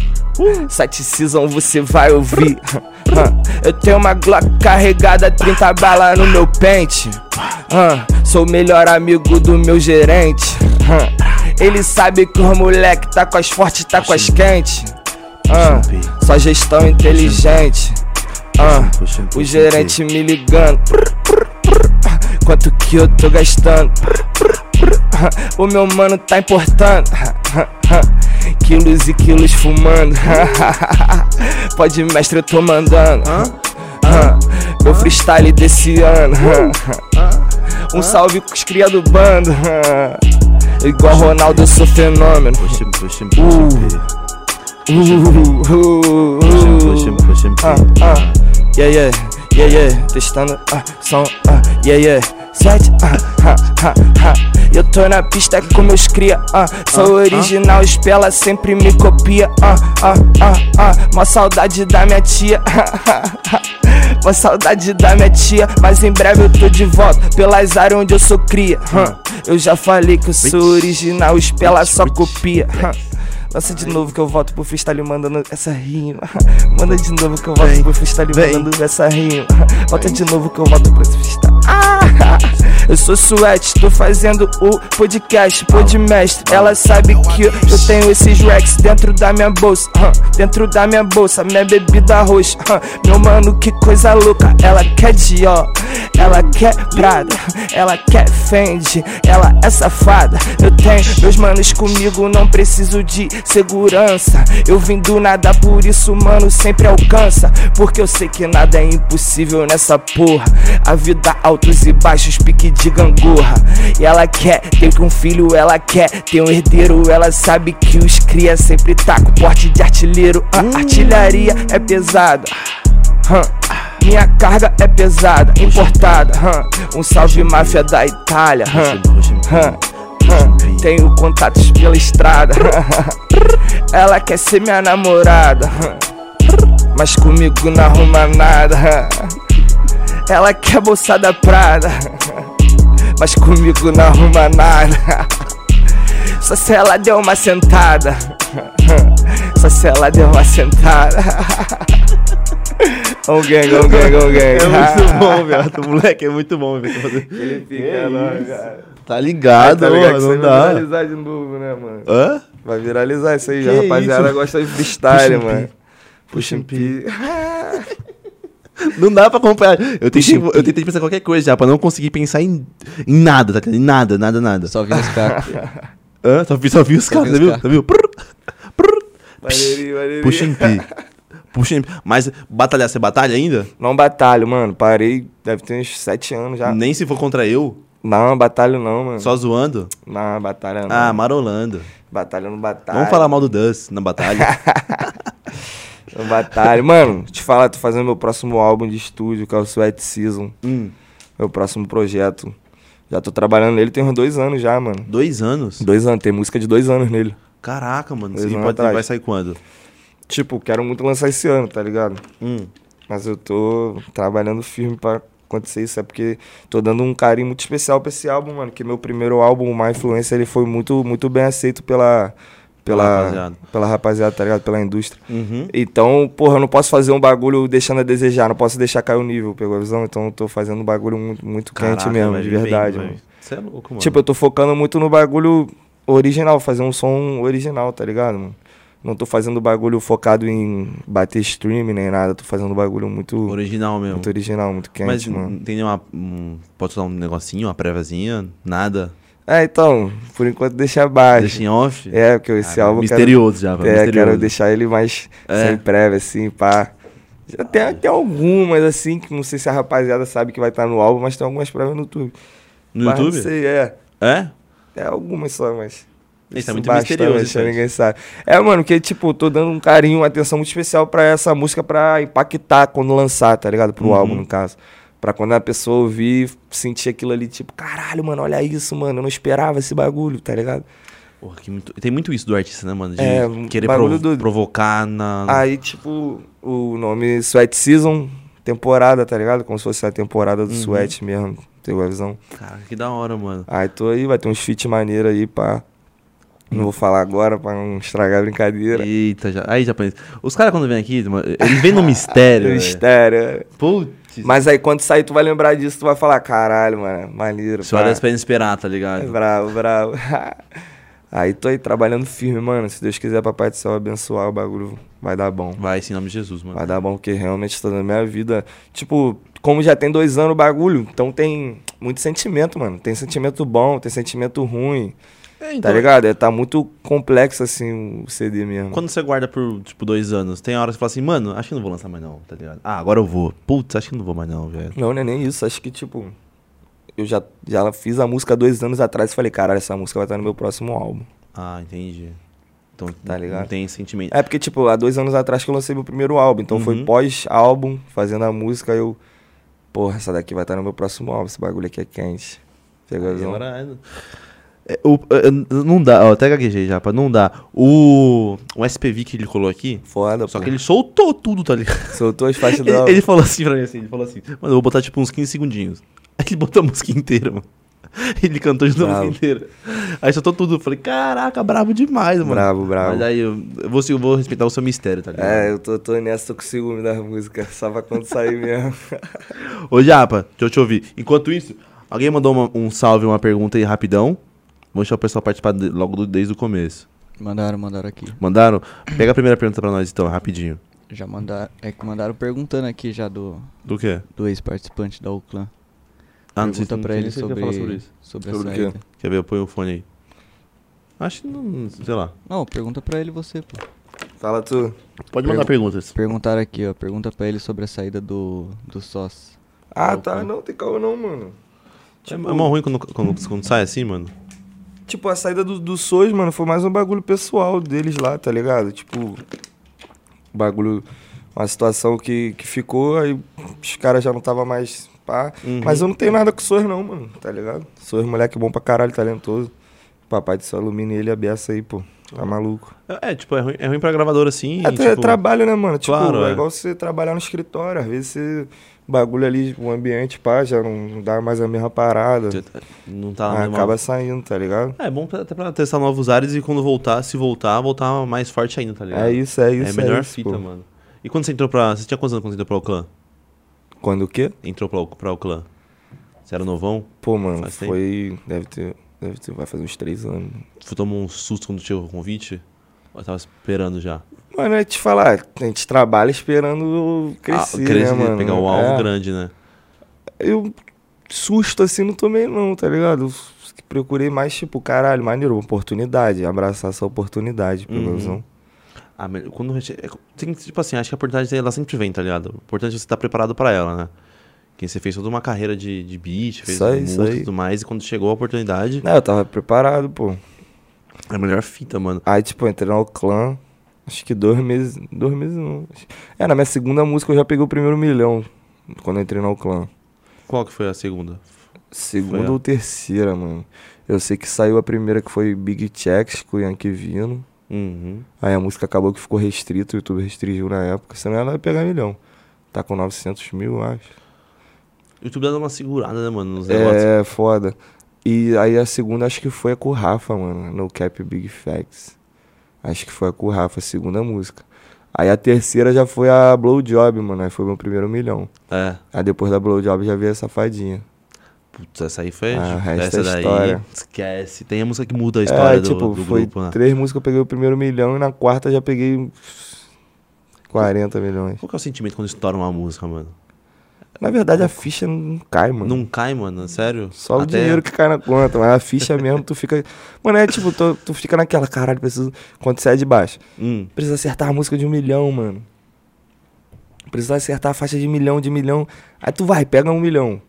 Speaker 3: Sete Season você vai ouvir. Ah, Eu tenho uma Glock carregada, 30 bala no meu pente. Ah, Sou o melhor amigo do meu gerente. Ah, Ele sabe que os moleque tá com as fortes, tá com as quentes. Ah, Só gestão inteligente. Ah, O gerente me ligando. Quanto que eu tô gastando? O meu mano tá importando. Quilos e quilos fumando. Pode, mestre, eu tô mandando. Meu freestyle desse ano. Um salve com os cria do bando. Igual Ronaldo, eu sou fenômeno.
Speaker 2: Puxa, puxa, puxa,
Speaker 3: Uh, uh, uh.
Speaker 2: puxa,
Speaker 3: Ah, ah, yeah, yeah, yeah, yeah, testando, ah, som, ah, yeah, yeah, sete, ah, ah, ah, ah. Eu tô na pista com meus cria, ah, sou original, espela sempre me copia, ah, ah, ah, ah. Mó saudade da minha tia, ah, ah, ah. Mó saudade da minha tia, mas em breve eu tô de volta pelas áreas onde eu sou cria. hã. Eu já falei que eu sou
Speaker 2: Ah. Bitch.
Speaker 3: original, espela
Speaker 2: Bitch,
Speaker 3: só
Speaker 2: bitch,
Speaker 3: copia. hã. Lança de novo que eu volto pro freestyle mandando essa rima. Manda de novo que eu volto
Speaker 2: Vem,
Speaker 3: pro freestyle
Speaker 2: vem.
Speaker 3: mandando essa rima. Volta de novo que eu volto pro freestyle. Ah, eu sou Suete, tô fazendo o podcast, podmestre. Ela sabe que eu tenho esses racks dentro da minha bolsa. ah, Dentro da minha bolsa, minha bebida roxa. ah. Meu mano, que coisa louca. Ela quer Dior, ela quer Prada, ela quer Fendi, ela é safada. Eu tenho meus manos comigo, não preciso de segurança. Eu vim do nada, por isso, mano, sempre alcança. Porque eu sei que nada é impossível nessa porra. A vida altos e baixos, pique de gangorra. E ela quer ter um filho, ela quer ter um herdeiro. Ela sabe que os cria sempre tá com porte de artilheiro. A artilharia é pesada. Hã. Minha carga é pesada, importada. hã. Um salve máfia da Itália. hã. Hã, hã. Hum, Tenho contatos pela estrada. Ela quer ser minha namorada. Hum, Mas comigo não arruma nada. Hum, Ela quer bolsa da Prada. Hum, Mas comigo não arruma nada. Hum, Só se ela deu uma sentada. Hum, Só se ela deu uma sentada. Um gang, um gang, um gang.
Speaker 2: É muito bom, viado. Moleque, é muito bom. velho.
Speaker 3: Ele
Speaker 2: É
Speaker 3: fica, não,
Speaker 2: isso.
Speaker 3: cara.
Speaker 2: Tá ligado,
Speaker 3: Tá ligado que isso
Speaker 2: mano,
Speaker 3: aí
Speaker 2: não
Speaker 3: vai
Speaker 2: dá.
Speaker 3: viralizar de novo, né, mano?
Speaker 2: Hã?
Speaker 3: Vai viralizar isso aí,
Speaker 2: Que
Speaker 3: já, rapaziada.
Speaker 2: isso?
Speaker 3: Gosta de freestyle,
Speaker 2: Puxa um
Speaker 3: mano.
Speaker 2: pi.
Speaker 3: Puxa um pi.
Speaker 2: Não dá pra acompanhar. Eu tentei, eu tentei pensar qualquer coisa já, pra não conseguir pensar em, em nada, tá ligado? Em nada, nada, nada.
Speaker 1: Só vi os caras.
Speaker 2: Hã? Só vi, só vi os
Speaker 1: Só
Speaker 2: caras,
Speaker 1: vi
Speaker 2: tá viu?
Speaker 1: os caras.
Speaker 2: Tá viu? Prrr, prrr.
Speaker 3: Maneirinho, maneirinho.
Speaker 2: Puxa em pi. Puxa em pi. Mas batalhar, você batalha ainda?
Speaker 3: Não batalho, mano. Parei, deve ter uns sete anos já.
Speaker 2: Nem se for contra eu,
Speaker 3: Não, batalho não, mano.
Speaker 2: só zoando.
Speaker 3: Não, batalha não.
Speaker 2: Ah, marolando.
Speaker 3: Batalha não batalha.
Speaker 2: Vamos falar mal do Dust na batalha.
Speaker 3: Não batalha. mano, te falar, tô fazendo meu próximo álbum de estúdio, que é o Sweat Season.
Speaker 2: Hum,
Speaker 3: Meu próximo projeto. Já tô trabalhando nele tem uns dois anos já, mano.
Speaker 2: dois anos?
Speaker 3: Dois anos, tem música de dois anos nele.
Speaker 2: Caraca, mano.
Speaker 3: Dois
Speaker 2: Isso
Speaker 3: anos
Speaker 2: pode,
Speaker 3: atrás.
Speaker 2: vai sair quando?
Speaker 3: Tipo, quero muito lançar esse ano, tá ligado?
Speaker 2: Hum.
Speaker 3: Mas eu tô trabalhando firme pra acontecer isso, é porque tô dando um carinho muito especial pra esse álbum, mano, que meu primeiro álbum, o My Influência, ele foi muito, muito bem aceito pela pela
Speaker 2: Pela rapaziada.
Speaker 3: pela rapaziada, tá ligado? Pela indústria.
Speaker 2: Uhum.
Speaker 3: Então, porra, eu não posso fazer um bagulho deixando a desejar, não posso deixar cair o nível, pegou a visão? Então eu tô fazendo um bagulho muito, muito quente mesmo, de verdade, mano.
Speaker 2: Você é louco, mano.
Speaker 3: Tipo, eu tô focando muito no bagulho original, fazer um som original, tá ligado, mano? Não tô fazendo bagulho focado em bater stream nem nada, tô fazendo um bagulho muito,
Speaker 2: original mesmo.
Speaker 3: muito original, muito quente,
Speaker 2: Mas
Speaker 3: mano.
Speaker 2: não tem nenhuma. Um, pode usar um negocinho, uma préviazinha? Nada.
Speaker 3: É, então, por enquanto deixa baixo.
Speaker 2: Deixa em off?
Speaker 3: É, porque esse
Speaker 2: Ah,
Speaker 3: álbum eu quero-
Speaker 2: Misterioso já, velho.
Speaker 3: É,
Speaker 2: misterioso.
Speaker 3: quero deixar ele mais
Speaker 2: É.
Speaker 3: sem prévia, assim, pá. Já tem até algumas, assim, que não sei se a rapaziada sabe que vai estar no álbum, mas tem algumas prévias no YouTube.
Speaker 2: No
Speaker 3: Mas
Speaker 2: YouTube?
Speaker 3: Não sei, é.
Speaker 2: É?
Speaker 3: É algumas só, mas.
Speaker 2: Isso é
Speaker 3: isso
Speaker 2: muito
Speaker 3: basta,
Speaker 2: misterioso.
Speaker 3: mas
Speaker 2: Isso aí.
Speaker 3: tá ninguém sabe. É, mano, que tipo, tô dando um carinho, uma atenção muito especial pra essa música pra impactar quando lançar, tá ligado? Pro
Speaker 2: Uhum.
Speaker 3: álbum, no caso. Pra quando a pessoa ouvir, sentir aquilo ali, tipo, caralho, mano, olha isso, mano, eu não esperava esse bagulho, tá ligado?
Speaker 2: Porra, que muito- Tem muito isso do artista, né, mano? De
Speaker 3: É, um
Speaker 2: querer
Speaker 3: bagulho
Speaker 2: provo-
Speaker 3: do-
Speaker 2: provocar na.
Speaker 3: Aí, tipo, o nome Sweat Season, temporada, tá ligado? Como se fosse a temporada
Speaker 2: Uhum.
Speaker 3: do Sweat mesmo, tem a visão.
Speaker 2: Cara, que da hora, mano.
Speaker 3: Aí tô aí, vai ter uns feat maneiro aí, pá. Não vou falar agora pra não estragar a brincadeira.
Speaker 2: Eita, já... aí, japonês. Os caras, quando vêm aqui, mano, eles vêm no mistério. velho.
Speaker 3: Mistério.
Speaker 2: Putz.
Speaker 3: Mas aí quando sair, tu vai lembrar disso, tu vai falar, caralho, mano, maneiro.
Speaker 2: Você
Speaker 3: pá."
Speaker 2: olha pra esperar, tá
Speaker 3: É
Speaker 2: ligado?
Speaker 3: bravo, bravo. aí tô aí trabalhando firme, mano. Se Deus quiser, papai do céu abençoar o bagulho, vai dar bom.
Speaker 2: Vai, sim, em nome de Jesus, mano.
Speaker 3: Vai dar bom, porque realmente tá na minha vida. Tipo, como já tem dois anos o bagulho, então tem muito sentimento, mano. Tem sentimento bom, tem sentimento ruim,
Speaker 2: É,
Speaker 3: tá ligado? É, tá muito complexo, assim, o CD mesmo.
Speaker 2: Quando você guarda por, tipo, dois anos, tem hora que você fala assim, mano, acho que não vou lançar mais não, tá ligado? Ah, agora eu vou. Putz, acho que não vou mais não, velho.
Speaker 3: Não, não é nem isso. Acho que, tipo, eu já, já fiz a música dois anos atrás e falei, caralho, essa música vai estar no meu próximo álbum.
Speaker 2: Ah, entendi. Então,
Speaker 3: Tá ligado?
Speaker 2: Não tem esse sentimento.
Speaker 3: É porque, tipo, há dois anos atrás que eu lancei meu primeiro álbum. Então
Speaker 2: Uhum.
Speaker 3: foi pós-álbum, fazendo a música, eu. Porra, essa daqui vai estar no meu próximo álbum. Esse bagulho aqui é quente. Pegou a
Speaker 2: Aí
Speaker 3: visão?
Speaker 2: agora- É, o- é, não dá, ó, até gaguejei já, pá, não dá. O, o SPV que ele colou aqui,
Speaker 3: Foda,
Speaker 2: só
Speaker 3: pô.
Speaker 2: que ele soltou tudo, tá ligado?
Speaker 3: soltou as faixas do
Speaker 2: Ele,
Speaker 3: álbum.
Speaker 2: ele falou assim pra mim assim, ele falou assim, mano, eu vou botar tipo uns 15 segundinhos. Aí ele botou a música inteira, mano. Ele cantou junto a
Speaker 3: Bravo.
Speaker 2: música inteira. Aí soltou tudo. Eu falei, caraca, brabo demais, mano.
Speaker 3: Bravo, bravo.
Speaker 2: Mas aí eu, eu vou, eu vou respeitar o seu mistério, tá ligado?
Speaker 3: É, eu tô, tô nessa, tô com ciúme da música. Só pra quando sair mesmo.
Speaker 2: Ô, Japa, deixa eu te ouvir. Enquanto isso, alguém mandou uma- um salve, uma pergunta aí rapidão. Vou deixar o pessoal participar de- logo do- desde o começo.
Speaker 1: Mandaram, mandaram aqui.
Speaker 2: Mandaram? Pega a primeira pergunta pra nós então, rapidinho.
Speaker 1: Já mandaram. É que mandaram perguntando aqui já do,
Speaker 2: Do quê?
Speaker 1: do ex-participante da UCLAN. Pergunta pra ele
Speaker 2: Ah, se quer
Speaker 1: sobre,
Speaker 2: falar sobre isso.
Speaker 1: sobre a
Speaker 3: Sobre o quê?
Speaker 1: saída.
Speaker 2: Quer ver? Eu ponho o fone aí. Acho que não. Sei lá.
Speaker 1: Não, pergunta pra ele você, pô.
Speaker 3: Fala tu.
Speaker 2: Pode mandar perguntas.
Speaker 1: Perguntaram aqui, ó. Pergunta pra ele sobre a saída do, do sócio.
Speaker 3: Ah, tá. Não, tem calma não, mano.
Speaker 2: É, é mó ruim quando, quando, quando sai assim, mano.
Speaker 3: Tipo, a saída do, do Sois, mano, foi mais um bagulho pessoal deles lá, tá ligado? Tipo, bagulho, uma situação que, que ficou, aí os caras já não tava mais pá.
Speaker 2: Uhum.
Speaker 3: Mas eu não tenho nada com o Sois não, mano, tá ligado? Sois, moleque bom pra caralho, talentoso. Papai do céu alumínio ele abeça aí, pô. Tá maluco.
Speaker 2: É, é, tipo, é ruim, é ruim pra gravadora assim.
Speaker 3: Até é
Speaker 2: tipo,
Speaker 3: trabalho, né, mano? Tipo,
Speaker 2: Claro,
Speaker 3: é
Speaker 2: é.
Speaker 3: igual você trabalhar no escritório, às vezes você... Bagulho ali, o ambiente, pá, já não dá mais a mesma parada.
Speaker 2: Não tá.
Speaker 3: Aí
Speaker 2: na mesma-
Speaker 3: Ah, acaba saindo, tá ligado?
Speaker 2: É, é bom pra- até pra testar novos ares e quando voltar, se voltar, voltar mais forte ainda, tá ligado?
Speaker 3: É isso, é isso.
Speaker 2: é a melhor
Speaker 3: isso,
Speaker 2: fita,
Speaker 3: pô.
Speaker 2: mano. E quando você entrou pra. Você tinha quantos anos quando você entrou pra o clã?
Speaker 3: Quando o quê?
Speaker 2: Entrou pra, pra o clã? Você era novão?
Speaker 3: Pô, mano,
Speaker 2: Faz tempo?
Speaker 3: foi. Deve ter. Deve ter. Vai fazer uns três anos.
Speaker 2: Você tomou um susto quando chegou o convite? Ou eu tava esperando já?
Speaker 3: Mano, eu ia te falar, a gente trabalha esperando crescer,
Speaker 2: Ah, crescer,
Speaker 3: né, mano?
Speaker 2: pegar o alvo
Speaker 3: É.
Speaker 2: grande, né?
Speaker 3: Eu susto assim não tomei, não, tá ligado? Eu procurei mais, tipo, caralho, maneiro, oportunidade. Abraçar essa oportunidade,
Speaker 2: Uhum.
Speaker 3: pelo menos. não.
Speaker 2: Ah, mas quando a gente- é, tem, que, tipo assim, acho que a oportunidade ela sempre vem, tá ligado? O importante é você estar preparado pra ela, né? Que você fez toda uma carreira de, de beat, fez
Speaker 3: Isso aí, isso
Speaker 2: música e
Speaker 3: aí.
Speaker 2: tudo mais, e quando chegou a oportunidade,
Speaker 3: Não, eu tava preparado, pô.
Speaker 2: é a melhor fita, mano.
Speaker 3: Aí, tipo, eu entrei no clã. Acho que dois meses. Dois meses não. É, na minha segunda música eu já peguei o primeiro milhão. Quando eu entrei no clã.
Speaker 2: Qual que foi a segunda? Foi
Speaker 3: Segunda
Speaker 2: a-
Speaker 3: ou terceira, mano. Eu sei que saiu a primeira que foi Big Checks com o Yankee Vino.
Speaker 2: Uhum.
Speaker 3: Aí a música acabou que ficou restrito, o YouTube restringiu na época, senão ela ia pegar milhão. Tá com 900 mil, eu acho.
Speaker 2: O YouTube dá uma segurada, né, mano, nos negócios.
Speaker 3: É, foda. E aí a segunda acho que foi a com o Rafa, mano. No Cap Big Facts. Acho que foi a com o Rafa, a segunda música. Aí a terceira já foi a Blowjob, mano. Aí foi meu primeiro milhão.
Speaker 2: É.
Speaker 3: Aí depois da Blowjob já veio a Safadinha.
Speaker 2: Putz, essa aí foi.
Speaker 3: Ah, o resto
Speaker 2: essa
Speaker 3: é
Speaker 2: daí.
Speaker 3: história.
Speaker 2: Esquece. Tem a música que muda a história
Speaker 3: é,
Speaker 2: do,
Speaker 3: tipo,
Speaker 2: do
Speaker 3: foi
Speaker 2: grupo, né?
Speaker 3: três músicas eu peguei o primeiro milhão e na quarta já peguei 40 milhões.
Speaker 2: Qual que é o sentimento quando estoura uma música, mano?
Speaker 3: Na verdade, a ficha não cai, mano.
Speaker 2: Não cai, mano? Sério?
Speaker 3: Só o dinheiro que cai na conta, mas a ficha mesmo, tu fica. Mano, é tipo, tu, tu fica naquela, caralho, preciso. Quando sai de baixo.
Speaker 2: Hum.
Speaker 3: Precisa acertar a música de um milhão, mano. Precisa acertar a faixa de milhão, de milhão. Aí tu vai, pega um milhão.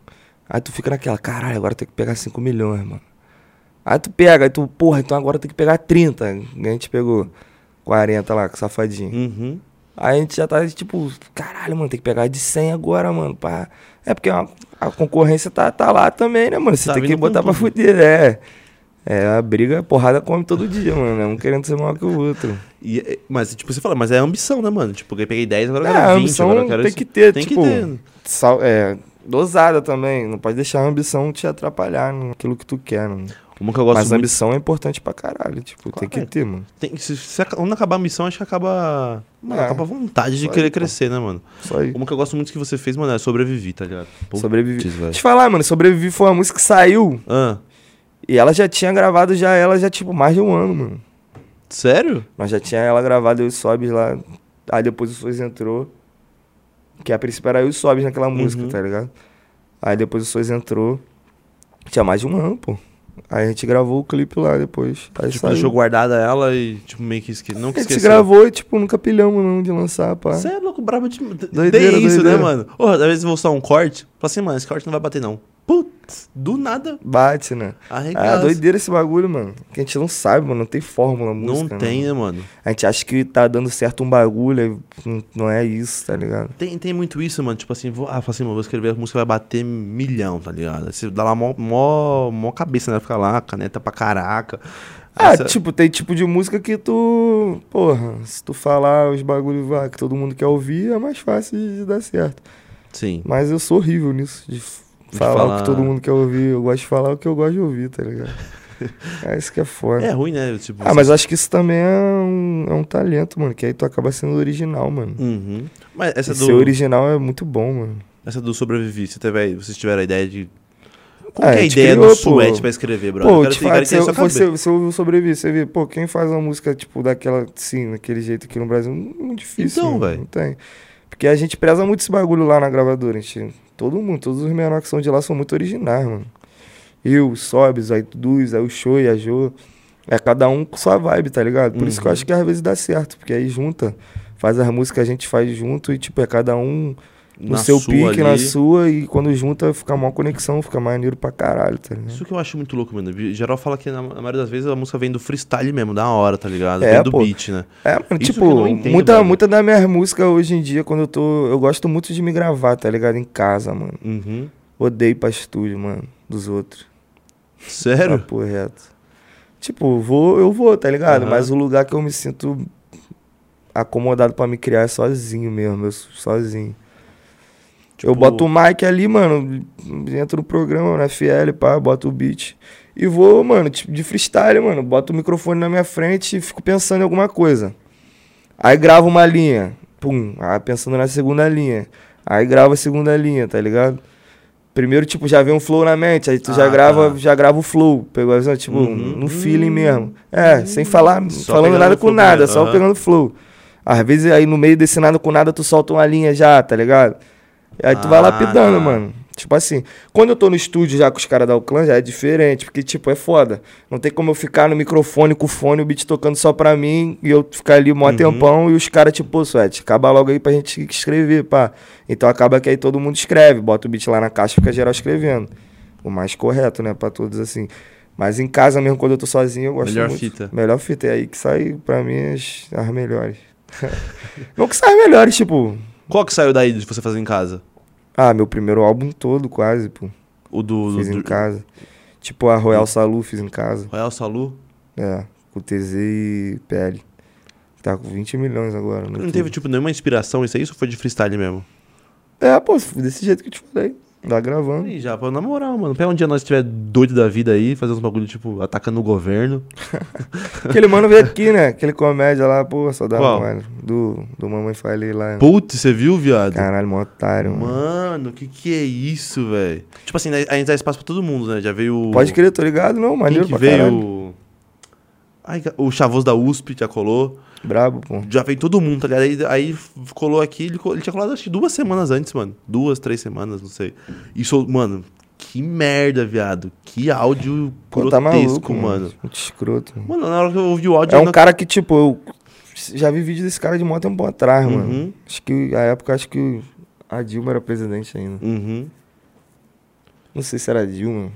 Speaker 3: Aí tu fica naquela, caralho, agora tem que pegar cinco milhões, mano. Aí tu pega, aí tu, porra, então agora tem que pegar 30. A gente pegou 40 lá, com safadinho.
Speaker 2: Uhum.
Speaker 3: Aí a gente já tá tipo, caralho, mano, tem que pegar de 100 agora, mano. Pá. É porque a, a concorrência tá, tá lá também, né, mano? Você
Speaker 2: Tá
Speaker 3: tem que
Speaker 2: vindo com
Speaker 3: botar pra
Speaker 2: tudo.
Speaker 3: fuder, é. É, a briga, a porrada come todo dia, mano. É um querendo ser maior que o outro.
Speaker 2: E, é- mas, tipo, você fala, mas é ambição, né, mano? Tipo, eu peguei 10, agora eu
Speaker 3: É,
Speaker 2: quero
Speaker 3: a
Speaker 2: 20,
Speaker 3: ambição
Speaker 2: agora eu quero
Speaker 3: tem
Speaker 2: isso.
Speaker 3: que ter,
Speaker 2: tem
Speaker 3: tipo,
Speaker 2: que ter.
Speaker 3: Sal- é, dosada também. Não pode deixar a ambição te atrapalhar naquilo que tu quer, mano.
Speaker 2: Uma que eu gosto
Speaker 3: Mas a
Speaker 2: muito.
Speaker 3: ambição é importante pra caralho. Tipo, tem que
Speaker 2: Claro.
Speaker 3: ter, mano.
Speaker 2: Tem, se, se ac- quando acabar a missão, acho que acaba. Mano,
Speaker 3: É.
Speaker 2: acaba a vontade de
Speaker 3: Só
Speaker 2: querer
Speaker 3: aí, pô.
Speaker 2: crescer, né, mano?
Speaker 3: Isso aí.
Speaker 2: Uma que eu gosto muito que você fez, mano, é sobreviver, tá ligado? Putz,
Speaker 3: Sobrevivi.
Speaker 2: velho.
Speaker 3: Deixa eu te falar, mano. Sobrevivi foi uma música que saiu
Speaker 2: Ah,
Speaker 3: e ela já tinha gravado já ela já, tipo, mais de um ano, mano.
Speaker 2: sério?
Speaker 3: Nós já tinha ela gravada, eu e o Sobs lá. Aí depois o Sois entrou. Que a princípio era eu e o Sobs naquela música,
Speaker 2: Uhum.
Speaker 3: tá ligado? Aí depois o Sois entrou. Tinha mais de um ano, pô. Aí a gente gravou o clipe lá depois. É Aí
Speaker 2: tipo,
Speaker 3: saiu.
Speaker 2: deixou guardada ela e, tipo, meio que esqueceu. Não que
Speaker 3: A gente
Speaker 2: esqueceu.
Speaker 3: gravou e, tipo, nunca pilhamos não de lançar, pá.
Speaker 2: Você é louco, brabo de.
Speaker 3: Doideira,
Speaker 2: Tem isso,
Speaker 3: doideira.
Speaker 2: né, mano? Porra, às vezes eu vou usar um corte. Fala assim, mano, esse corte não vai bater, não. Putz, do nada.
Speaker 3: Bate, né? Ah,
Speaker 2: Arregaça.
Speaker 3: doideira esse bagulho, mano. Que a gente não sabe, mano. Não tem fórmula
Speaker 2: não
Speaker 3: música.
Speaker 2: tem,
Speaker 3: né?
Speaker 2: né, mano?
Speaker 3: A gente acha que tá dando certo um bagulho, aí não- não é isso, tá ligado?
Speaker 2: Tem, tem muito isso, mano. Tipo assim, vou, ah, fala assim, mano, vou escrever a música, vai bater milhão, tá ligado? Aí Você dá lá mó, mó, mó cabeça, né? Fica lá, caneta pra caraca.
Speaker 3: Ah,
Speaker 2: Essa-
Speaker 3: tipo, tem tipo de música que tu. Porra, se tu falar os bagulhos lá que todo mundo quer ouvir, é mais fácil de dar certo.
Speaker 2: Sim.
Speaker 3: Mas eu sou horrível nisso, de f-
Speaker 2: De
Speaker 3: falar, o
Speaker 2: falar.
Speaker 3: que todo mundo quer ouvir. Eu gosto de falar o que eu gosto de ouvir, tá ligado? é isso que é foda.
Speaker 2: É ruim, né? Tipo,
Speaker 3: Ah, mas eu acho que isso também é um, é um talento, mano. Que aí tu acaba sendo original, mano.
Speaker 2: Uhum. Mas essa
Speaker 3: E
Speaker 2: do,
Speaker 3: Ser original é muito bom, mano.
Speaker 2: essa do sobreviver, você teve, aí- vocês tiveram a ideia de. Qual
Speaker 3: Ah,
Speaker 2: que
Speaker 3: a
Speaker 2: é a
Speaker 3: gente
Speaker 2: ideia do
Speaker 3: criou, pô.
Speaker 2: Suete pra escrever, brother?
Speaker 3: Pô,
Speaker 2: Eu
Speaker 3: te
Speaker 2: quero- eu quero
Speaker 3: falar,
Speaker 2: ter essa
Speaker 3: você, é você,
Speaker 2: cabeça.
Speaker 3: você ouviu sobreviver, você vê, pô, quem faz uma música, tipo, daquela, sim, daquele jeito aqui no Brasil, muito difícil.
Speaker 2: Então,
Speaker 3: mano,
Speaker 2: véi.
Speaker 3: Não tem. Porque a gente preza muito esse bagulho lá na gravadora, a gente. Todo mundo, todos os menores que são de lá são muito originais, mano. Eu, o Sobs, aí o Duz, aí o Show e a Jo. É cada um com sua vibe, tá ligado? Por isso que eu
Speaker 2: Uhum.
Speaker 3: acho que às vezes dá certo, porque aí junta, faz as músicas que a gente faz junto e, tipo, é cada um no
Speaker 2: Na
Speaker 3: seu
Speaker 2: sua
Speaker 3: pique, na
Speaker 2: ali.
Speaker 3: sua, e quando junta fica uma conexão, fica maneiro pra caralho, tá ligado?
Speaker 2: Isso que eu acho muito louco, mano. Geral fala que na, na maioria das vezes a música vem do freestyle mesmo, da hora, tá ligado?
Speaker 3: É,
Speaker 2: vem do
Speaker 3: pô.
Speaker 2: beat, né?
Speaker 3: É, mano,
Speaker 2: Isso que eu
Speaker 3: tipo,
Speaker 2: não entendo,
Speaker 3: muita,
Speaker 2: velho.
Speaker 3: muita da minha música hoje em dia, quando eu tô. Eu gosto muito de me gravar, tá ligado? Em casa, mano.
Speaker 2: Uhum.
Speaker 3: Odeio ir pra estúdio, mano, dos outros.
Speaker 2: Sério?
Speaker 3: Papo reto. Tipo, vou, eu vou, tá ligado?
Speaker 2: Aham.
Speaker 3: Mas o lugar que eu me sinto acomodado pra me criar é sozinho mesmo, eu sou sozinho.
Speaker 2: Tipo,
Speaker 3: Eu boto o mic ali, mano, entro no programa, na FL, pá, boto o beat. E vou, mano, tipo, de freestyle, mano. Boto o microfone na minha frente e fico pensando em alguma coisa. Aí gravo uma linha, pum, aí pensando na segunda linha. Aí gravo a segunda linha, tá ligado? Primeiro, tipo, já vem um flow na mente, aí tu já
Speaker 2: Ah,
Speaker 3: grava,
Speaker 2: tá.
Speaker 3: já grava o flow, pegou a visão, tipo,
Speaker 2: Uhum.
Speaker 3: no feeling mesmo. É, sem falar,
Speaker 2: Só
Speaker 3: falando
Speaker 2: pegando
Speaker 3: nada
Speaker 2: o
Speaker 3: com
Speaker 2: flow
Speaker 3: nada,
Speaker 2: primeiro,
Speaker 3: só
Speaker 2: aham.
Speaker 3: pegando flow. Às vezes aí no meio desse nada com nada tu solta uma linha já, tá ligado? E Aí tu vai
Speaker 2: Ah,
Speaker 3: lapidando,
Speaker 2: tá.
Speaker 3: mano. Tipo assim, quando eu tô no estúdio já com os caras da Uclan, já é diferente, porque, tipo, é foda. Não tem como eu ficar no microfone com o fone, o beat tocando só pra mim, e eu ficar ali mó
Speaker 2: Uhum.
Speaker 3: tempão, e os caras, tipo, pô, Suete, acaba logo aí pra gente escrever, pá. Então acaba que aí todo mundo escreve, bota o beat lá na caixa e fica geral escrevendo. O mais correto, né, pra todos assim. Mas em casa mesmo, quando eu tô sozinho, eu gosto
Speaker 2: Melhor
Speaker 3: muito.
Speaker 2: fita.
Speaker 3: Melhor fita. É aí que sai, pra mim, as, as melhores. Não que saiam melhores, tipo...
Speaker 2: Qual que saiu daí de você fazer em casa?
Speaker 3: Ah, meu primeiro álbum todo, quase, pô.
Speaker 2: O do.
Speaker 3: Fiz
Speaker 2: do,
Speaker 3: em
Speaker 2: do
Speaker 3: casa. Tipo a
Speaker 2: Hum.
Speaker 3: Royal Salu fiz em casa.
Speaker 2: Royal Salu?
Speaker 3: É, com TZ e PL. Tá com 20 milhões agora. no
Speaker 2: Não
Speaker 3: YouTube.
Speaker 2: teve, tipo, nenhuma inspiração isso aí, ou foi de freestyle mesmo?
Speaker 3: É, pô, desse jeito que eu te falei. Tá gravando.
Speaker 2: Aí, já, pô, na moral, mano, pega um dia nós estiver doido da vida aí, fazer uns bagulho, tipo, atacando o governo.
Speaker 3: Aquele mano veio aqui, né? Aquele comédia lá, pô, só dá
Speaker 2: Qual?
Speaker 3: mano. Do, do Mamãe Falei lá. né?
Speaker 2: Putz, você viu, viado?
Speaker 3: Caralho, mó otário, É. mano.
Speaker 2: Mano, que que é isso, velho? Tipo assim, né, a gente dá espaço pra todo mundo, né? Já veio o...
Speaker 3: Pode crer, tô ligado? Não,
Speaker 2: Quem
Speaker 3: maneiro
Speaker 2: que
Speaker 3: pra
Speaker 2: veio?
Speaker 3: caralho.
Speaker 2: o- Ai, ca- o Chavoso da USP já colou.
Speaker 3: Brabo, pô.
Speaker 2: Já veio todo mundo, tá ligado? Aí, aí f- colou aqui, ele, co- ele tinha colado acho que duas semanas antes, mano. Duas, três semanas, não sei. Isso, mano, que merda, viado. Que áudio
Speaker 3: Pô,
Speaker 2: grotesco,
Speaker 3: tá maluco,
Speaker 2: mano.
Speaker 3: mano. Muito escroto. mano.
Speaker 2: Mano, na hora que eu ouvi o áudio...
Speaker 3: É
Speaker 2: eu
Speaker 3: um
Speaker 2: não-
Speaker 3: cara que, tipo, eu já vi vídeo desse cara de mó tempo atrás, mano.
Speaker 2: Uhum,
Speaker 3: Acho que, a época, acho que a Dilma era presidente ainda.
Speaker 2: uhum.
Speaker 3: Não sei se era Dilma.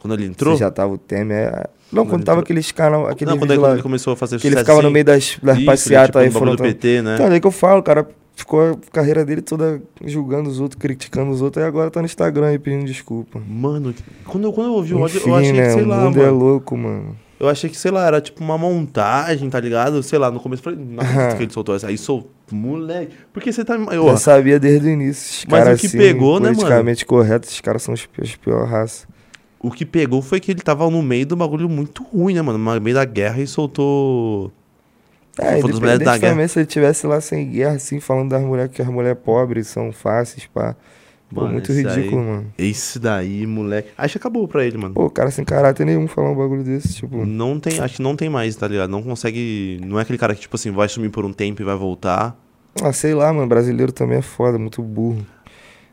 Speaker 2: Quando ele entrou...
Speaker 3: Se já tava o Temer. é- Não,
Speaker 2: Quando
Speaker 3: quando tava
Speaker 2: entrou-
Speaker 3: aqueles canal, aquele
Speaker 2: não, quando
Speaker 3: vídeo
Speaker 2: ele,
Speaker 3: lá.
Speaker 2: ele começou a fazer
Speaker 3: Que ele
Speaker 2: sucesso
Speaker 3: ficava no
Speaker 2: assim,
Speaker 3: meio das, das
Speaker 2: isso, ele,
Speaker 3: passeatas
Speaker 2: tipo,
Speaker 3: aí
Speaker 2: no bagulho do
Speaker 3: frontando.
Speaker 2: PT, né?
Speaker 3: Então, é daí que eu falo, cara. ficou a carreira dele toda julgando os outros, criticando os outros, e agora tá no Instagram aí pedindo desculpa.
Speaker 2: Mano, quando eu, quando eu ouvi o áudio,
Speaker 3: Enfim,
Speaker 2: eu achei
Speaker 3: né?
Speaker 2: que, sei
Speaker 3: o
Speaker 2: lá,
Speaker 3: mundo
Speaker 2: mano.
Speaker 3: é louco, mano.
Speaker 2: Eu achei que, sei lá, era tipo uma montagem, tá ligado? Sei lá, no começo eu falei, não acredito que ele soltou essa. Aí sou moleque. Porque você tá. Eu,
Speaker 3: Eu sabia desde o início. Esses
Speaker 2: Mas
Speaker 3: caras,
Speaker 2: o que
Speaker 3: assim,
Speaker 2: pegou, né, mano?
Speaker 3: politicamente correto, esses caras são os pi- as pior raça.
Speaker 2: o que pegou foi que ele tava no meio de um bagulho muito ruim, né, mano? No meio da guerra e soltou.
Speaker 3: É,
Speaker 2: Foi dos melhores
Speaker 3: independente
Speaker 2: da guerra.
Speaker 3: também se ele tivesse lá sem guerra, assim, falando das mulheres que as mulheres pobres são fáceis, pá. Pô,
Speaker 2: Mano,
Speaker 3: muito
Speaker 2: esse
Speaker 3: ridículo,
Speaker 2: aí-
Speaker 3: mano.
Speaker 2: Esse daí, moleque. Acho que acabou pra ele, mano.
Speaker 3: Pô, o cara sem caráter nenhum falar um bagulho desse, tipo.
Speaker 2: Não tem, acho que não tem mais, tá ligado? Não consegue. Não é aquele cara que, tipo assim, vai sumir por um tempo e vai voltar.
Speaker 3: Ah, sei lá, mano. Brasileiro também é foda, muito burro.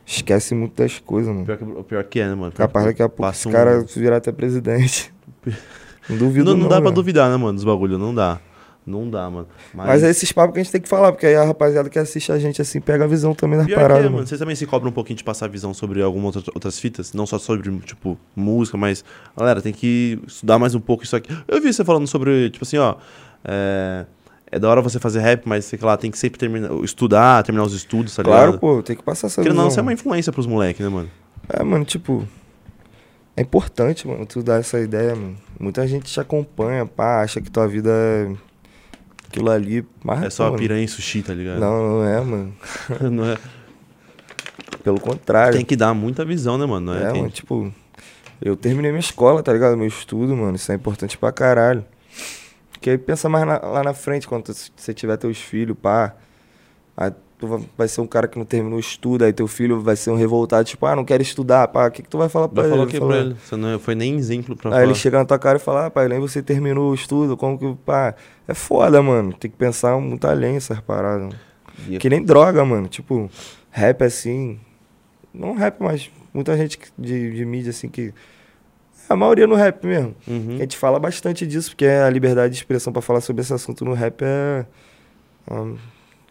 Speaker 3: Esquece muito das coisas, mano.
Speaker 2: Pior que, o pior que é, né, mano?
Speaker 3: Capaz daqui a pouco
Speaker 2: Passa
Speaker 3: esse
Speaker 2: um-
Speaker 3: cara virar até presidente. Não duvido,
Speaker 2: Não,
Speaker 3: não.
Speaker 2: não dá pra
Speaker 3: velho.
Speaker 2: duvidar, né, mano, dos bagulhos. Não dá. Não dá, mano.
Speaker 3: Mas é esses papos que a gente tem que falar, porque aí a rapaziada que assiste a gente assim pega a visão também das
Speaker 2: Pior
Speaker 3: paradas,
Speaker 2: que é,
Speaker 3: mano.
Speaker 2: mano. Vocês também se cobram um pouquinho de passar visão sobre algumas outras, outras fitas? Não só sobre, tipo, música, mas. Galera, tem que estudar mais um pouco isso aqui. Eu vi você falando sobre, tipo assim, ó. É, é da hora você fazer rap, mas sei lá, tem que sempre terminar, estudar, terminar os estudos, tá
Speaker 3: Claro,
Speaker 2: ligado?
Speaker 3: pô, tem que passar essa
Speaker 2: Porque
Speaker 3: visão.
Speaker 2: não, você é uma
Speaker 3: mano.
Speaker 2: influência pros moleques, né, mano?
Speaker 3: É, mano, tipo. É importante, mano, tu dar essa ideia, mano. Muita gente te acompanha, pá, acha que tua vida é aquilo ali. Mas
Speaker 2: é só
Speaker 3: Ah, mano,
Speaker 2: piranha e sushi, tá ligado?
Speaker 3: Não, não é, mano.
Speaker 2: Não é-
Speaker 3: Pelo contrário.
Speaker 2: Tem que dar muita visão, né, mano?
Speaker 3: É,
Speaker 2: É, tem-
Speaker 3: mano, tipo, eu terminei minha escola, tá ligado? Meu estudo, mano, isso é importante pra caralho. Porque aí pensa mais na- lá na frente, quando tu- você tiver teus filhos, pá. Aí tu va- vai ser um cara que não terminou o estudo, aí teu filho vai ser um revoltado, tipo, ah, não quero estudar, pá. O que, que tu vai falar pra
Speaker 2: Vai falar o
Speaker 3: ele?
Speaker 2: que
Speaker 3: Falar-
Speaker 2: pra ele? Você não é- foi nem exemplo pra
Speaker 3: Aí
Speaker 2: falar.
Speaker 3: é. ele chega na tua cara e fala, ah, pai, nem você terminou o estudo, como que, pá. É foda, mano. Tem que pensar muito além essas paradas. mano.
Speaker 2: E-
Speaker 3: Que nem droga, mano. Tipo, rap assim. Não rap, mas muita gente que- de, de mídia assim que. A maioria no rap mesmo.
Speaker 2: Uhum.
Speaker 3: A gente fala bastante disso, porque a liberdade de expressão pra falar sobre esse assunto no rap é. O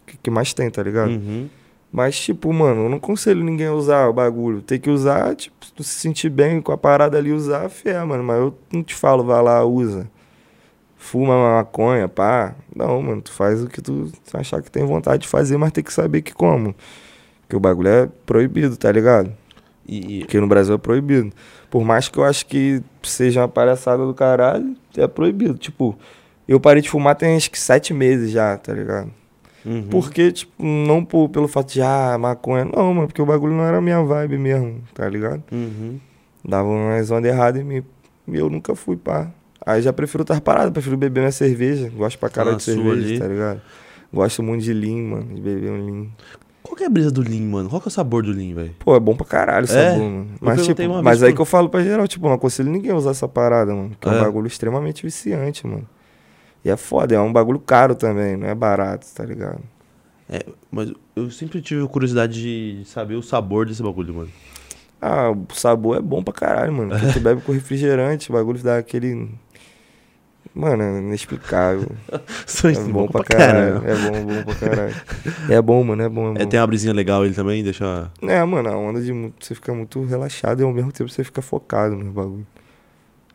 Speaker 3: que, que mais tem, tá ligado?
Speaker 2: Uhum.
Speaker 3: Mas, tipo, mano, eu não aconselho ninguém a usar o bagulho. Tem que usar, tipo, se tu se sentir bem com a parada ali, usar, fé, mano. Mas eu não te falo, vai lá, usa. Fuma uma maconha, pá. Não, mano, tu faz o que tu achar que tem vontade de fazer, mas tem que saber que como. Porque o bagulho é proibido, tá ligado?
Speaker 2: E, e-
Speaker 3: Porque no Brasil é proibido. Por mais que eu acho que seja uma palhaçada do caralho, é proibido. Tipo, eu parei de fumar tem acho que sete meses já, tá ligado?
Speaker 2: uhum.
Speaker 3: Porque, tipo, não por, pelo fato de, ah, maconha. Não, mano, porque o bagulho não era a minha vibe mesmo, tá ligado?
Speaker 2: Uhum.
Speaker 3: Dava uma zona errada em mim. E eu nunca fui, pá. Aí já prefiro estar parado, prefiro beber minha cerveja. Gosto pra caralho
Speaker 2: na
Speaker 3: de
Speaker 2: sua
Speaker 3: cerveja,
Speaker 2: ali.
Speaker 3: tá ligado? Gosto muito de lean, mano, de beber um lean.
Speaker 2: Qual que é a brisa do Lean, mano? Qual que é o sabor do Lean, velho?
Speaker 3: Pô, é bom pra caralho o
Speaker 2: É?
Speaker 3: sabor, mano. Mas,
Speaker 2: perguntei
Speaker 3: tipo,
Speaker 2: uma
Speaker 3: mas
Speaker 2: vez
Speaker 3: aí
Speaker 2: pro-
Speaker 3: que eu falo pra geral, tipo, não aconselho ninguém a usar essa parada, mano. Que é,
Speaker 2: É.
Speaker 3: um bagulho extremamente viciante, mano. E é foda, é um bagulho caro também, não é barato, tá ligado?
Speaker 2: Mas eu sempre tive curiosidade de saber o sabor desse bagulho, mano.
Speaker 3: Ah, o sabor é bom pra caralho, mano. Porque tu bebe com refrigerante, o bagulho dá aquele. Mano, é inexplicável.
Speaker 2: Só
Speaker 3: É
Speaker 2: isso,
Speaker 3: bom pra caralho. É bom, bom pra caralho. É bom, mano, é bom, é
Speaker 2: É,
Speaker 3: bom.
Speaker 2: tem uma brisinha legal ele também, deixa.
Speaker 3: É, mano, a onda de. mu- Você fica muito relaxado e ao mesmo tempo você fica focado no bagulho.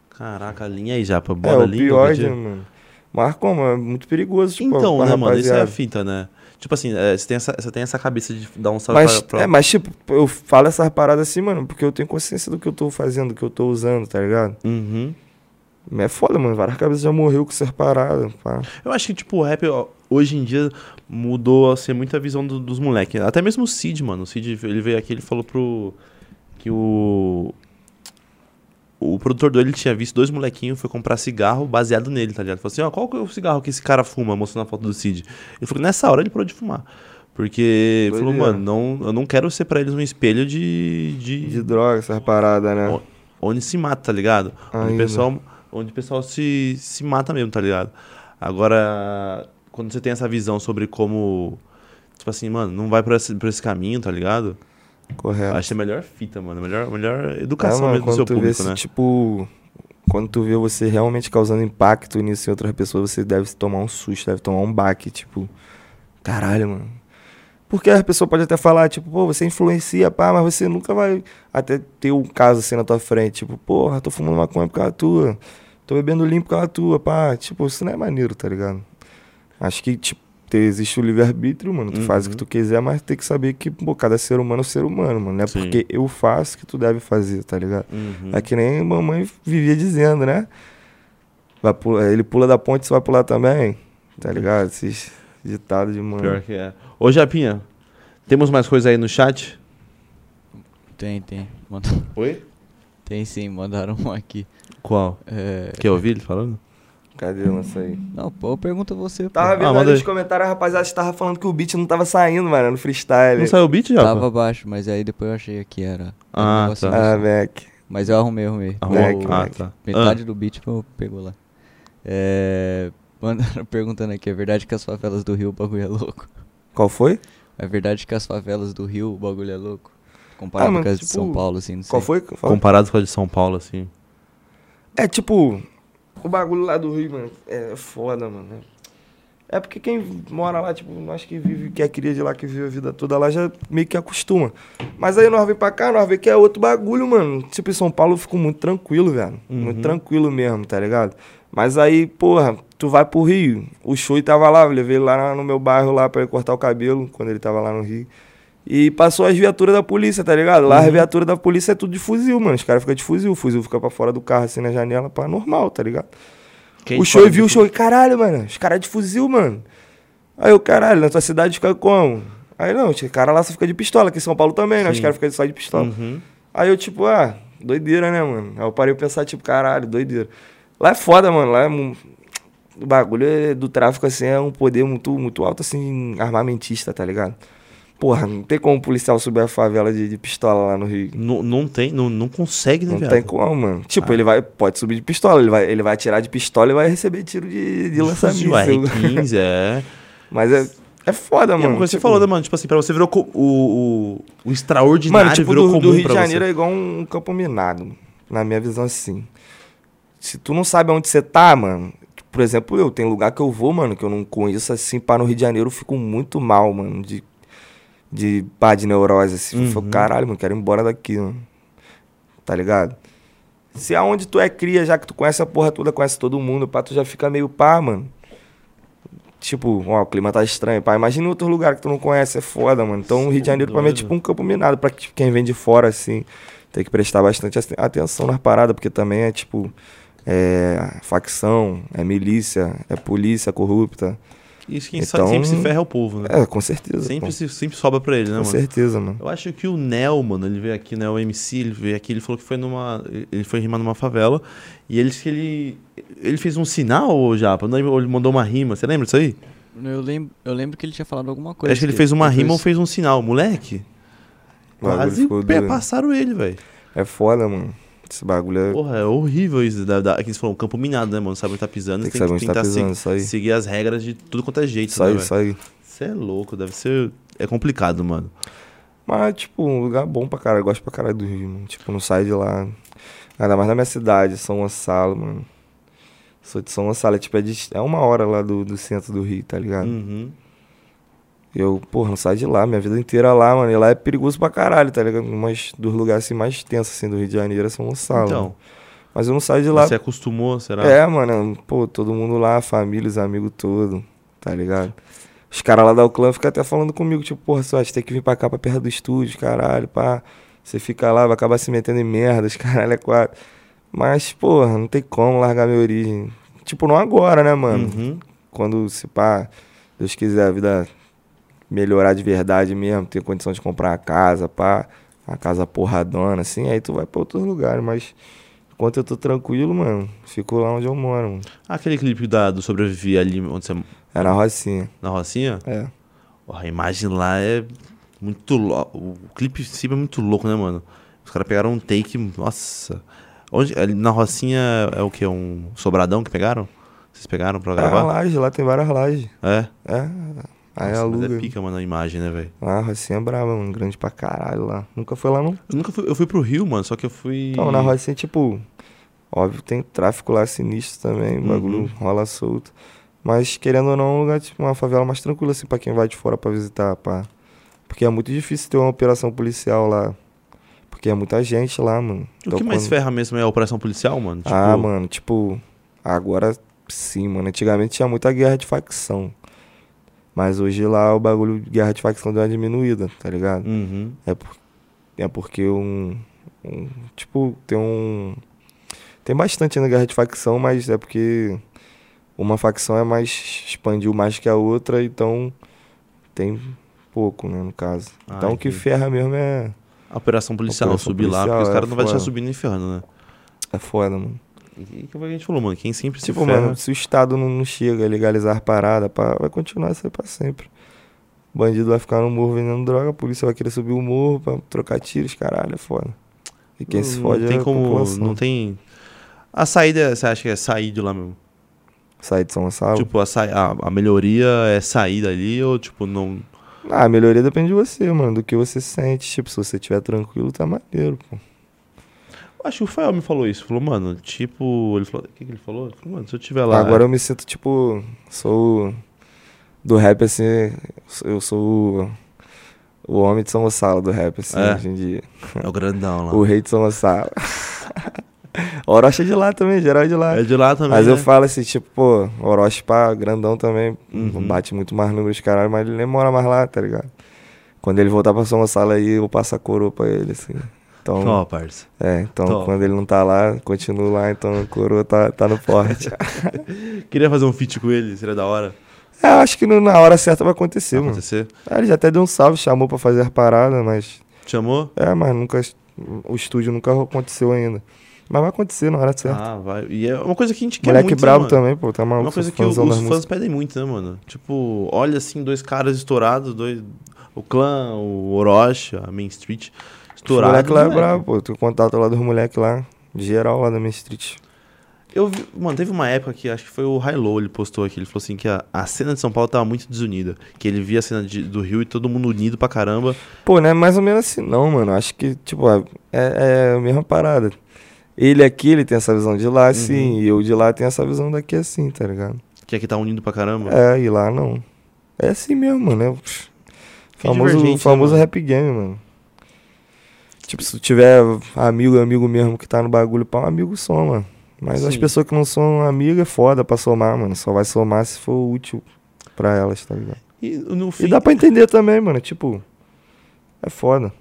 Speaker 2: Caraca, linha aí, Japa.
Speaker 3: é,
Speaker 2: Bora
Speaker 3: o
Speaker 2: ali.
Speaker 3: opioide, mano. Mas como? É muito perigoso, tipo,
Speaker 2: Então,
Speaker 3: pra
Speaker 2: né, mano? Isso é a
Speaker 3: rapaziada.
Speaker 2: fita, né? Tipo assim, é, você, tem essa, você tem essa cabeça de dar um salve
Speaker 3: Mas,
Speaker 2: pra. pra-
Speaker 3: é, mas, tipo, eu falo essas paradas assim, mano, porque eu tenho consciência do que eu tô fazendo, do que eu tô usando, tá ligado?
Speaker 2: Uhum.
Speaker 3: É foda, mano. Várias cabeças já morreu com essas paradas, pá.
Speaker 2: Eu acho que, tipo, o rap ó, hoje em dia mudou assim, muito a visão do- dos moleques. Até mesmo o Cid, mano. O Cid ele veio aqui ele falou pro. Que o. O produtor dele tinha visto dois molequinhos, foi comprar cigarro baseado nele, tá ligado? Falou assim: ó, qual que é o cigarro que esse cara fuma? Mostrando a foto do Cid. Ele falou: nessa hora ele parou de fumar. Porque ele falou,
Speaker 3: Doideira.
Speaker 2: mano, não, eu não quero ser pra eles um espelho de. de,
Speaker 3: De droga, essas paradas, né?
Speaker 2: Ó, onde se mata, tá ligado? Onde o
Speaker 3: Ainda.
Speaker 2: pessoal, onde o pessoal se, se mata mesmo, tá ligado? Agora, quando você tem essa visão sobre como. Tipo assim, mano, não vai por esse, por esse caminho, tá ligado?
Speaker 3: Correto.
Speaker 2: Acho que é a melhor fita, mano. a Melhor, a melhor
Speaker 3: É,
Speaker 2: educação
Speaker 3: mano,
Speaker 2: mesmo do
Speaker 3: quando
Speaker 2: seu
Speaker 3: tu vê
Speaker 2: público,
Speaker 3: esse
Speaker 2: né?
Speaker 3: tipo. Quando tu vê você realmente causando impacto nisso em outras pessoas, você deve tomar um susto, deve tomar um baque, tipo. Caralho, mano. Porque a pessoa pode até falar, tipo, pô, você influencia, pá, mas você nunca vai até ter um caso assim na tua frente. Tipo, porra, tô fumando maconha por causa tua. Tô bebendo limpo por causa tua, pá. Tipo, isso não é maneiro, tá ligado? Acho que, tipo, ter- existe o livre-arbítrio, mano. Tu faz o
Speaker 2: Uhum.
Speaker 3: que tu quiser, mas tem que saber que, pô, cada ser humano é um ser humano, mano. Não é
Speaker 2: Sim.
Speaker 3: porque eu faço que tu deve fazer, tá ligado?
Speaker 2: Uhum.
Speaker 3: É que nem mamãe vivia dizendo, né? Vai pu- ele pula da ponte, você vai pular também. Tá ligado? Esses ditados de mano.
Speaker 2: Pior que é. Ô, Japinha, temos mais coisa aí no chat?
Speaker 1: Tem, tem. Manda-
Speaker 2: Oi?
Speaker 1: Tem sim, mandaram um aqui.
Speaker 2: Qual?
Speaker 1: É,
Speaker 2: Quer ouvir ele falando?
Speaker 3: Cadê o lance aí?
Speaker 1: Não, pô, eu pergunto a você. Pô.
Speaker 3: Tava
Speaker 2: Ah,
Speaker 3: vendo ali
Speaker 2: manda
Speaker 3: nos
Speaker 2: aí.
Speaker 3: comentários, a rapaziada tava falando que o beat não tava saindo, mano, no freestyle.
Speaker 2: Não saiu o beat, Japa?
Speaker 1: Tava baixo, mas aí depois eu achei que era. era
Speaker 2: Ah,
Speaker 1: um negocinho
Speaker 2: tá.
Speaker 1: assim.
Speaker 3: Ah, Mac.
Speaker 1: Mas eu arrumei, arrumei.
Speaker 2: Arrumou?
Speaker 3: Mac,
Speaker 2: ah,
Speaker 3: Mac.
Speaker 2: tá.
Speaker 1: Metade do beat eu pegou lá. É. Mandaram perguntando aqui, é verdade que as favelas do Rio o bagulho é louco?
Speaker 3: Qual foi?
Speaker 1: É verdade que as favelas do Rio o bagulho é louco? Comparado
Speaker 3: Ah, mano,
Speaker 1: com as de
Speaker 3: tipo,
Speaker 1: São Paulo, assim, não sei.
Speaker 3: Qual foi?
Speaker 2: Ah,
Speaker 3: Fala.
Speaker 2: comparado com a de São Paulo, assim.
Speaker 3: É tipo, o bagulho lá do Rio, mano, é foda, mano. É porque quem mora lá, tipo, nós que vive, que é cria de lá, que vive a vida toda lá, já meio que acostuma. Mas aí nós vem pra cá, nós vê que é outro bagulho, mano. Tipo, em São Paulo eu fico muito tranquilo, velho. Muito tranquilo mesmo, tá ligado? Mas aí, porra, tu vai pro Rio. O Chui tava lá, eu levei ele lá no meu bairro lá pra ele cortar o cabelo, quando ele tava lá no Rio. E passou as viaturas da polícia, tá ligado? Lá as viaturas da polícia é tudo de fuzil, mano. Os caras ficam de fuzil. O fuzil fica pra fora do carro, assim, na janela, pra normal, tá ligado? o show viu o show e caralho, mano. Os caras é de fuzil, mano. Aí eu, caralho, na tua cidade fica como? Aí não, os cara lá só fica de pistola, que em São Paulo também, né? Os caras ficam só de pistola.
Speaker 2: Uhum.
Speaker 3: Aí eu, tipo, ah, doideira, né, mano? Aí eu parei pra pensar, tipo, caralho, doideira. Lá é foda, mano. Lá é. mu- O bagulho é- do tráfico, assim, é um poder muito, muito alto, assim, armamentista, tá ligado? Porra, não tem como o policial subir a favela de, de pistola lá no Rio.
Speaker 2: Não, não tem, não, não consegue, né,
Speaker 3: Não
Speaker 2: viado?
Speaker 3: tem como, mano. Tipo, ele vai, pode subir de pistola, ele vai, ele vai atirar de pistola e vai receber tiro de, de lançamento.
Speaker 2: R15, é.
Speaker 3: Mas é, é foda,
Speaker 2: E é
Speaker 3: mano.
Speaker 2: uma coisa que você
Speaker 3: Tipo,
Speaker 2: falou, né, mano? Tipo assim, pra você virou co- o, o, o extraordinário
Speaker 3: Mano, tipo,
Speaker 2: virou
Speaker 3: do,
Speaker 2: comum
Speaker 3: do Rio
Speaker 2: pra
Speaker 3: de Janeiro
Speaker 2: você.
Speaker 3: é igual um campo minado. mano. Na minha visão, assim. Se tu não sabe onde você tá, mano. Por exemplo, eu tem lugar que eu vou, mano, que eu não conheço assim, pá, no Rio de Janeiro eu fico muito mal, mano. De, de pá, de neurose, assim. Eu
Speaker 2: Uhum.
Speaker 3: falo, caralho, mano, quero ir embora daqui, mano. Tá ligado? Se aonde tu é cria, já que tu conhece a porra toda, conhece todo mundo, pá, tu já fica meio pá, mano. Tipo, ó, o clima tá estranho, pá. Imagina em outro lugar que tu não conhece, é foda, mano. Então o Rio de Janeiro pra mim é
Speaker 2: doido.
Speaker 3: tipo um campo minado. Pra que- quem vem de fora, assim, tem que prestar bastante aten- atenção nas paradas, porque também é tipo. É facção, é milícia, é polícia corrupta.
Speaker 2: Isso quem
Speaker 3: Então-
Speaker 2: sempre se ferra é o povo, né?
Speaker 3: É, com certeza. pô.
Speaker 2: sempre, se, sempre sobra pra ele, né,
Speaker 3: com
Speaker 2: mano?
Speaker 3: certeza, mano.
Speaker 2: Eu acho que o Nel, mano, ele veio aqui, né? O MC, ele veio aqui, ele falou que foi numa. Ele foi rimar numa favela. E ele disse que ele. Ele fez um sinal, ô Japa, não lembro, ou ele mandou uma rima, você lembra disso aí?
Speaker 1: Eu lembro, eu lembro que ele tinha falado alguma coisa.
Speaker 2: acho que ele fez uma
Speaker 1: depois-
Speaker 2: rima ou fez um sinal, moleque.
Speaker 3: O bagulho
Speaker 2: Quase um
Speaker 3: ficou
Speaker 2: pe-
Speaker 3: doido.
Speaker 2: passaram ele, velho.
Speaker 3: É foda, mano. Esse bagulho é.
Speaker 2: Porra, é horrível isso. Da, da, aqui eles falam, campo minado, né, mano? Sabe onde tá pisando,
Speaker 3: Tem
Speaker 2: você
Speaker 3: que
Speaker 2: tem
Speaker 3: saber onde
Speaker 2: que
Speaker 3: tá
Speaker 2: tentar se-
Speaker 3: pisando, isso aí.
Speaker 2: seguir as regras de tudo quanto é jeito,
Speaker 3: Isso aí,
Speaker 2: né,
Speaker 3: isso
Speaker 2: velho?
Speaker 3: aí.
Speaker 2: Você é louco, deve ser. É complicado, mano.
Speaker 3: Mas, tipo, um lugar bom pra caralho. Eu gosto pra caralho do Rio, mano. Tipo, não sai de lá. Ainda mais na minha cidade, São Gonçalo, mano. Sou de São Gonçalo. É, tipo, é, de- é uma hora lá do, do centro do Rio, tá ligado?
Speaker 2: Uhum.
Speaker 3: Eu, porra, não saio de lá. Minha vida inteira lá, mano. E lá é perigoso pra caralho, tá ligado? Mas dos lugares assim, mais tensos, assim, do Rio de Janeiro é São Gonçalo.
Speaker 2: Então,
Speaker 3: Mas eu não saio de lá.
Speaker 2: você acostumou, será?
Speaker 3: É, mano. Pô, todo mundo lá, a família, os amigos todo, tá ligado? Os caras lá da Uclã ficam até falando comigo, tipo, porra, só tem que vir pra cá, pra perto do estúdio, caralho, pá. Você fica lá, vai acabar se metendo em merdas, caralho, é quatro. Mas, porra, não tem como largar minha origem. Tipo, não agora, né, mano?
Speaker 2: Uhum.
Speaker 3: Quando, se pá, Deus quiser a vida melhorar de verdade mesmo, ter condição de comprar a casa, pá, uma casa porradona, assim, aí tu vai pra outros lugares, mas enquanto eu tô tranquilo, mano, fico lá onde eu moro, mano.
Speaker 2: Aquele clipe da, do Sobreviver ali, onde você.
Speaker 3: É na Rocinha.
Speaker 2: Na Rocinha?
Speaker 3: É.
Speaker 2: Ó, a imagem lá é muito louco. O clipe em si é muito louco, né, mano? Os caras pegaram um take, nossa. Onde, ali na Rocinha é o que? Um sobradão que pegaram? Vocês pegaram pra
Speaker 3: É uma
Speaker 2: gravar?
Speaker 3: laje, lá tem várias lajes.
Speaker 2: É.
Speaker 3: É. Aí
Speaker 2: Nossa,
Speaker 3: aluga.
Speaker 2: mas é pica, mano, a imagem, né, velho?
Speaker 3: Lá, a Rocinha é brava, mano. Grande pra caralho lá. Nunca foi lá, não.
Speaker 2: Eu nunca fui, eu fui pro Rio, mano, só que eu fui.
Speaker 3: Então, na Rocinha, tipo, óbvio, tem tráfico lá sinistro também, o bagulho
Speaker 2: Uhum.
Speaker 3: rola solto. Mas, querendo ou não, é um lugar, tipo, uma favela mais tranquila, assim, pra quem vai de fora pra visitar, pá. Porque é muito difícil ter uma operação policial lá. Porque é muita gente lá, mano.
Speaker 2: O
Speaker 3: Então,
Speaker 2: que mais
Speaker 3: quando-
Speaker 2: ferra mesmo é a operação policial, mano? Tipo,
Speaker 3: Ah, mano, tipo, agora sim, mano. Antigamente tinha muita guerra de facção. Mas hoje lá o bagulho de guerra de facção deu uma diminuída, tá ligado?
Speaker 2: Uhum.
Speaker 3: É, por, é porque um, um- Tipo, tem um. Tem bastante ainda guerra de facção, mas é porque uma facção é mais. expandiu mais que a outra, então tem pouco, né, no caso.
Speaker 2: Ah,
Speaker 3: então o que
Speaker 2: entendi.
Speaker 3: ferra mesmo é.
Speaker 2: A Operação policial,
Speaker 3: Operação
Speaker 2: subir lá,
Speaker 3: policial,
Speaker 2: porque os
Speaker 3: é,
Speaker 2: caras não vão deixar
Speaker 3: foda.
Speaker 2: subir nem ferrando, né?
Speaker 3: É foda, mano.
Speaker 2: E que a gente falou, mano, quem sempre se
Speaker 3: Tipo,
Speaker 2: ferra...
Speaker 3: mano, se o Estado não, não chega a legalizar a parada, pá, vai continuar isso aí pra sempre. O bandido vai ficar no morro vendendo droga, a polícia vai querer subir o morro pra trocar tiros, caralho, é foda. E quem se
Speaker 2: não
Speaker 3: fode
Speaker 2: tem
Speaker 3: é a
Speaker 2: como,
Speaker 3: população.
Speaker 2: não tem... A saída, você acha que é sair de lá mesmo?
Speaker 3: Sair de São Gonçalo.
Speaker 2: Tipo, a, sai- a, a melhoria é sair dali ou, tipo, não...
Speaker 3: Ah, a melhoria depende de você, mano, do que você sente. Tipo, se você estiver tranquilo, tá maneiro, pô.
Speaker 2: Acho que o Fael me falou isso. Falou, mano, tipo... Ele falou... O que, que ele falou? Ele falou, mano, se eu tiver lá... é.
Speaker 3: Agora eu me sinto, tipo, sou do rap, assim, eu sou o, o homem de São Gonçalo do rap, assim,
Speaker 2: É.
Speaker 3: hoje em dia.
Speaker 2: É o grandão lá.
Speaker 3: O rei de São Gonçalo. Orochi é de lá também, geral é de lá.
Speaker 2: É de lá também,
Speaker 3: mas eu
Speaker 2: né?
Speaker 3: falo assim, tipo, pô, Orochi pá, grandão também, não
Speaker 2: Uhum.
Speaker 3: bate muito mais números, caralho, mas ele nem mora mais lá, tá ligado? Quando ele voltar pra São Gonçalo aí, eu passo a coroa pra ele, assim. Então,
Speaker 2: Ó, parça.
Speaker 3: é, então
Speaker 2: top.
Speaker 3: quando ele não tá lá, continua lá, então a coroa tá, tá no porte.
Speaker 2: Queria fazer um feat com ele, seria da hora.
Speaker 3: É, eu acho que no- na hora certa vai acontecer, mano.
Speaker 2: acontecer.
Speaker 3: Ah, ele já até deu um salve, chamou pra fazer a parada, mas
Speaker 2: Te Chamou?
Speaker 3: é, mas nunca, o estúdio nunca aconteceu ainda. Mas vai acontecer na hora certa.
Speaker 2: Ah, vai. E é uma coisa que a gente quer
Speaker 3: Moleque
Speaker 2: muito, né,
Speaker 3: brabo
Speaker 2: mano?
Speaker 3: também, pô. Tá maluco.
Speaker 2: Uma coisa
Speaker 3: sou
Speaker 2: que o- os
Speaker 3: fãzão das
Speaker 2: fãs
Speaker 3: músicas.
Speaker 2: pedem muito, né, mano? Tipo, olha assim, dois caras estourados, dois. O clã, o Orochi, a Main Street.
Speaker 3: Os
Speaker 2: Estourado.
Speaker 3: moleque lá é
Speaker 2: moleque.
Speaker 3: brabo, pô. Tô em contato lá dos moleques lá. Geral lá da minha street.
Speaker 2: Eu vi, mano, teve uma época que acho que foi o High Low, ele postou aqui, ele falou assim que a, a cena de São Paulo tava muito desunida. Que ele via a cena de- do Rio e todo mundo unido pra caramba.
Speaker 3: Pô, não é mais ou menos assim, não, mano. Acho que, tipo, é, é a mesma parada. Ele aqui, ele tem essa visão de lá,
Speaker 2: Uhum.
Speaker 3: assim. E eu de lá tenho essa visão daqui, assim, tá ligado?
Speaker 2: Que aqui tá unindo pra caramba.
Speaker 3: É, e lá não. É assim mesmo, mano. É, pff,
Speaker 2: Que
Speaker 3: famoso
Speaker 2: divergente, né,
Speaker 3: famoso
Speaker 2: mano?
Speaker 3: rap game, mano. Tipo, se tiver amigo, amigo mesmo que tá no bagulho, pá, um amigo soma. Mas as
Speaker 2: Sim.
Speaker 3: pessoas que não são amigas é foda pra somar, mano. Só vai somar se for útil pra elas, tá ligado?
Speaker 2: E no
Speaker 3: E
Speaker 2: fim.
Speaker 3: dá pra entender também, mano. Tipo, é foda.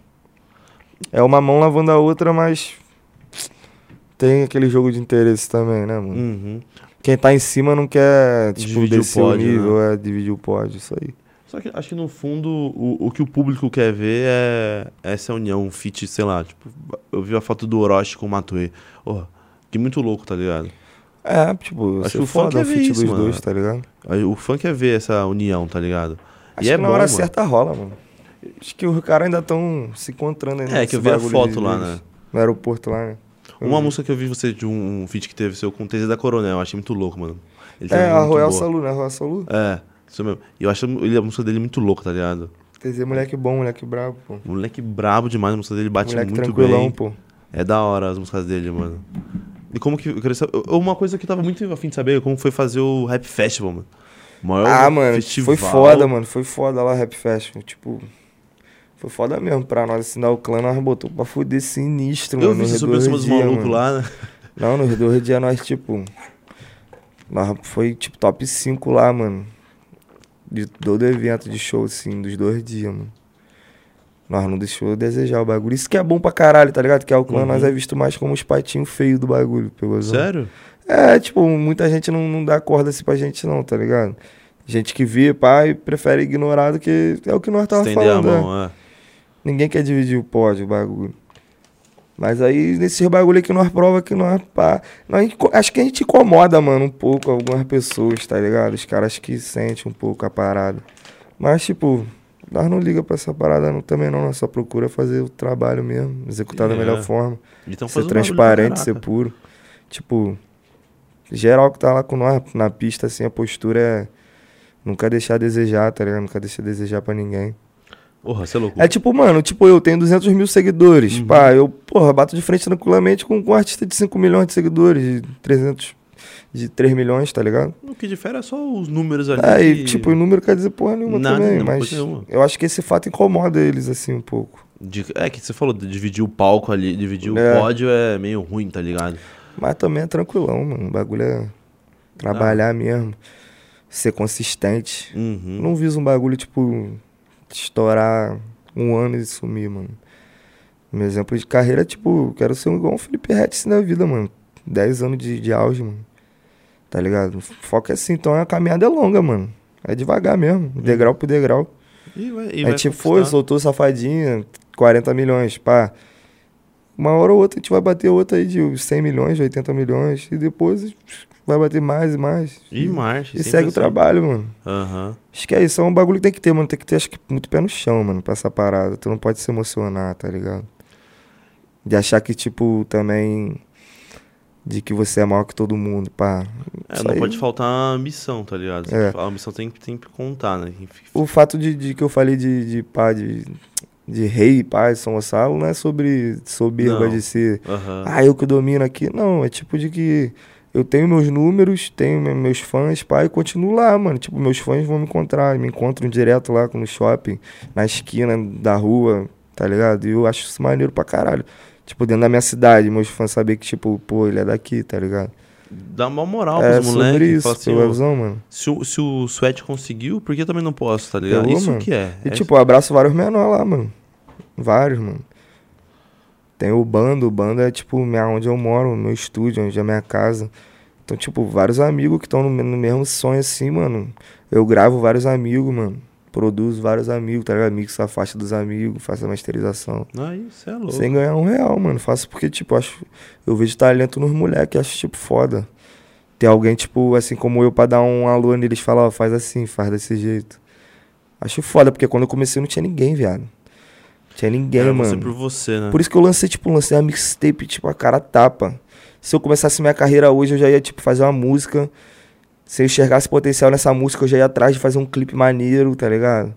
Speaker 3: É uma mão lavando a outra, mas tem aquele jogo de interesse também, né, mano?
Speaker 2: Uhum.
Speaker 3: Quem tá em cima não quer, tipo,
Speaker 2: Dividir o
Speaker 3: descer o,
Speaker 2: pódio, né?
Speaker 3: nível, é, dividir o pódio, isso aí.
Speaker 2: Só que acho que no fundo o, o que o público quer ver é essa união, um fit, sei lá. Tipo, eu vi a foto do Orochi com o Matue. Oh, que muito louco, tá ligado?
Speaker 3: É, tipo,
Speaker 2: Acho
Speaker 3: acho
Speaker 2: que o
Speaker 3: que
Speaker 2: funk
Speaker 3: foda
Speaker 2: é
Speaker 3: o
Speaker 2: ver
Speaker 3: fit
Speaker 2: isso,
Speaker 3: dos
Speaker 2: mano.
Speaker 3: dois, tá ligado?
Speaker 2: Aí O fã quer ver essa união, tá ligado?
Speaker 3: Acho
Speaker 2: e é
Speaker 3: que na
Speaker 2: bom,
Speaker 3: hora
Speaker 2: mano.
Speaker 3: certa rola, mano. Acho que os caras ainda estão se encontrando ainda.
Speaker 2: É, que eu vi a foto lá, né?
Speaker 3: né? No aeroporto lá, né? Eu
Speaker 2: Uma
Speaker 3: vi.
Speaker 2: música que eu vi você de um, um feat que teve seu com o TZ da Coronel, eu achei muito louco, mano. Ele tem
Speaker 3: É,
Speaker 2: uma
Speaker 3: a
Speaker 2: muito
Speaker 3: Royal
Speaker 2: boa.
Speaker 3: Salu, né? Royal Salu.
Speaker 2: É, isso mesmo. E eu acho ele- a música dele muito louca, tá ligado?
Speaker 3: TZ, moleque bom, moleque brabo, pô.
Speaker 2: Moleque brabo demais, a música dele bate
Speaker 3: moleque
Speaker 2: muito
Speaker 3: tranquilão,
Speaker 2: bem.
Speaker 3: pô.
Speaker 2: É da hora as músicas dele, mano. E como que. Eu queria saber, eu- uma coisa que eu tava muito afim de saber é como foi fazer o Rap Festival, mano. O maior
Speaker 3: ah, mano,
Speaker 2: festival.
Speaker 3: foi foda, mano. Foi foda lá o Rap Festival. Tipo, foi foda mesmo pra nós. Assim, o clã nós botou pra fuder sinistro,
Speaker 2: Eu
Speaker 3: mano.
Speaker 2: vi
Speaker 3: no
Speaker 2: você
Speaker 3: Rio
Speaker 2: sobre
Speaker 3: do
Speaker 2: cima dos
Speaker 3: Rio Dia,
Speaker 2: malucos
Speaker 3: mano.
Speaker 2: lá, né?
Speaker 3: Não, no Rio do Rio de Janeiro, nós, tipo. Nós foi, tipo, top 5 lá, mano. De todo evento de show, assim, dos dois dias, mano. Nós não deixou a desejar o bagulho. Isso que é bom pra caralho, tá ligado? Que é o clã,
Speaker 2: Uhum.
Speaker 3: nós é visto mais como os patinhos feios do bagulho, pegou? a visão?
Speaker 2: Sério?
Speaker 3: É, tipo, muita gente não, não dá corda assim pra gente, não, tá ligado? Gente que vê, pai, prefere ignorar do que. É o que nós tava
Speaker 2: Estender
Speaker 3: falando,
Speaker 2: a
Speaker 3: né?
Speaker 2: mão, é.
Speaker 3: Ninguém quer dividir o pódio, o bagulho. Mas aí, nesses bagulho aí que nós prova que nós, pá. Nós, inco- acho que a gente incomoda, mano, um pouco algumas pessoas, tá ligado? Os caras que sentem um pouco a parada. Mas, tipo, nós não liga pra essa parada não, também não. Nós só procura fazer o trabalho mesmo, executar
Speaker 2: É.
Speaker 3: da melhor forma.
Speaker 2: Então
Speaker 3: ser transparente, ser puro. Tipo, geral que tá lá com nós na pista, assim, a postura é nunca deixar a desejar, tá ligado? Nunca deixar a desejar pra ninguém.
Speaker 2: Porra, você é louco.
Speaker 3: É tipo, mano, tipo, eu tenho 200 mil seguidores.
Speaker 2: Uhum.
Speaker 3: Pá, eu, porra, bato de frente tranquilamente com, com um artista de 5 milhões de seguidores, de 300, de 3 milhões, tá ligado?
Speaker 2: O que difere é só os números ali.
Speaker 3: É,
Speaker 2: que-
Speaker 3: e, tipo, o número quer dizer porra nenhuma
Speaker 2: Nada,
Speaker 3: também,
Speaker 2: não,
Speaker 3: mas
Speaker 2: coisa nenhuma.
Speaker 3: eu acho que esse fato incomoda eles, assim, um pouco.
Speaker 2: de- é que você falou, de dividir o palco ali, dividir
Speaker 3: É.
Speaker 2: o pódio é meio ruim, tá ligado?
Speaker 3: Mas também é tranquilão, mano, o bagulho é trabalhar mesmo. ser consistente.
Speaker 2: Uhum.
Speaker 3: Não viso um bagulho, tipo, estourar um ano e sumir, mano. Meu exemplo de carreira é, tipo, quero ser igual um Felipe Rett na vida, mano. 10 anos de, de auge, mano. Tá ligado? O foco é assim, então a caminhada é longa, mano. É devagar mesmo, degrau por degrau.
Speaker 2: E vai,
Speaker 3: a gente foi, soltou safadinha, 40 milhões, pá. Uma hora ou outra a gente vai bater outra aí de 100 milhões, de 80 milhões, e depois vai bater mais e mais.
Speaker 2: E marcha. assim.
Speaker 3: e segue o trabalho, mano.
Speaker 2: Aham.
Speaker 3: Acho que é isso, é um bagulho que tem que ter, mano. Tem que ter, acho que, muito pé no chão, mano, pra essa parada. Tu não pode se emocionar, tá ligado? De achar que, tipo, também. De que você é maior que todo mundo, pá.
Speaker 2: É,
Speaker 3: Isso
Speaker 2: não
Speaker 3: aí-
Speaker 2: pode faltar a ambição, tá ligado?
Speaker 3: É.
Speaker 2: A ambição tem, que- tem que contar, né? Quem fi-
Speaker 3: O fato de, de que eu falei de, de pá, de, de rei, pá, de São Gonçalo, não é sobre soberba
Speaker 2: Não.
Speaker 3: de ser.
Speaker 2: Aham.
Speaker 3: Ah, eu que domino aqui. Não, é tipo de que eu tenho meus números, tenho me- meus fãs, pai, e continuo lá, mano. Tipo, meus fãs vão me encontrar, me encontram direto lá no shopping, na esquina da rua, tá ligado? E eu acho isso maneiro pra caralho. Tipo, dentro da minha cidade, meus fãs saber que, tipo, pô, ele é daqui, tá ligado?
Speaker 2: Dá uma moral
Speaker 3: é
Speaker 2: pros moleques.
Speaker 3: sobre isso,
Speaker 2: assim,
Speaker 3: pela
Speaker 2: ó,
Speaker 3: visão, mano.
Speaker 2: se, o, se o Sweat conseguiu, por que eu também não posso, tá ligado?
Speaker 3: Pegou,
Speaker 2: isso
Speaker 3: mano.
Speaker 2: que é.
Speaker 3: E,
Speaker 2: é
Speaker 3: tipo, eu abraço vários menores lá, mano. Vários, mano. Tem o bando, o bando é, tipo, minha, onde eu moro, meu estúdio, onde é minha casa. Então, tipo, vários amigos que estão no, me- no mesmo sonho, assim, mano. Eu gravo vários amigos, mano. Produzo vários amigos, tá ligado? Mixo a faixa dos amigos, faço a masterização.
Speaker 2: Ah, isso é louco.
Speaker 3: Sem ganhar um real, mano. Faço porque, tipo, acho. Eu vejo talento nos moleques, acho, tipo, foda. Ter alguém, tipo, assim como eu, pra dar um alô neles e falar, ó, faz assim, faz desse jeito. Acho foda, porque quando eu comecei não tinha ninguém, viado. Não tinha ninguém,
Speaker 2: Era você
Speaker 3: mano.
Speaker 2: por você, né?
Speaker 3: Por isso que eu lancei, tipo, lancei a mixtape, tipo, a cara tapa. Se eu começasse minha carreira hoje, eu já ia, tipo, fazer uma música. Se eu enxergasse potencial nessa música, eu já ia atrás de fazer um clipe maneiro, tá ligado?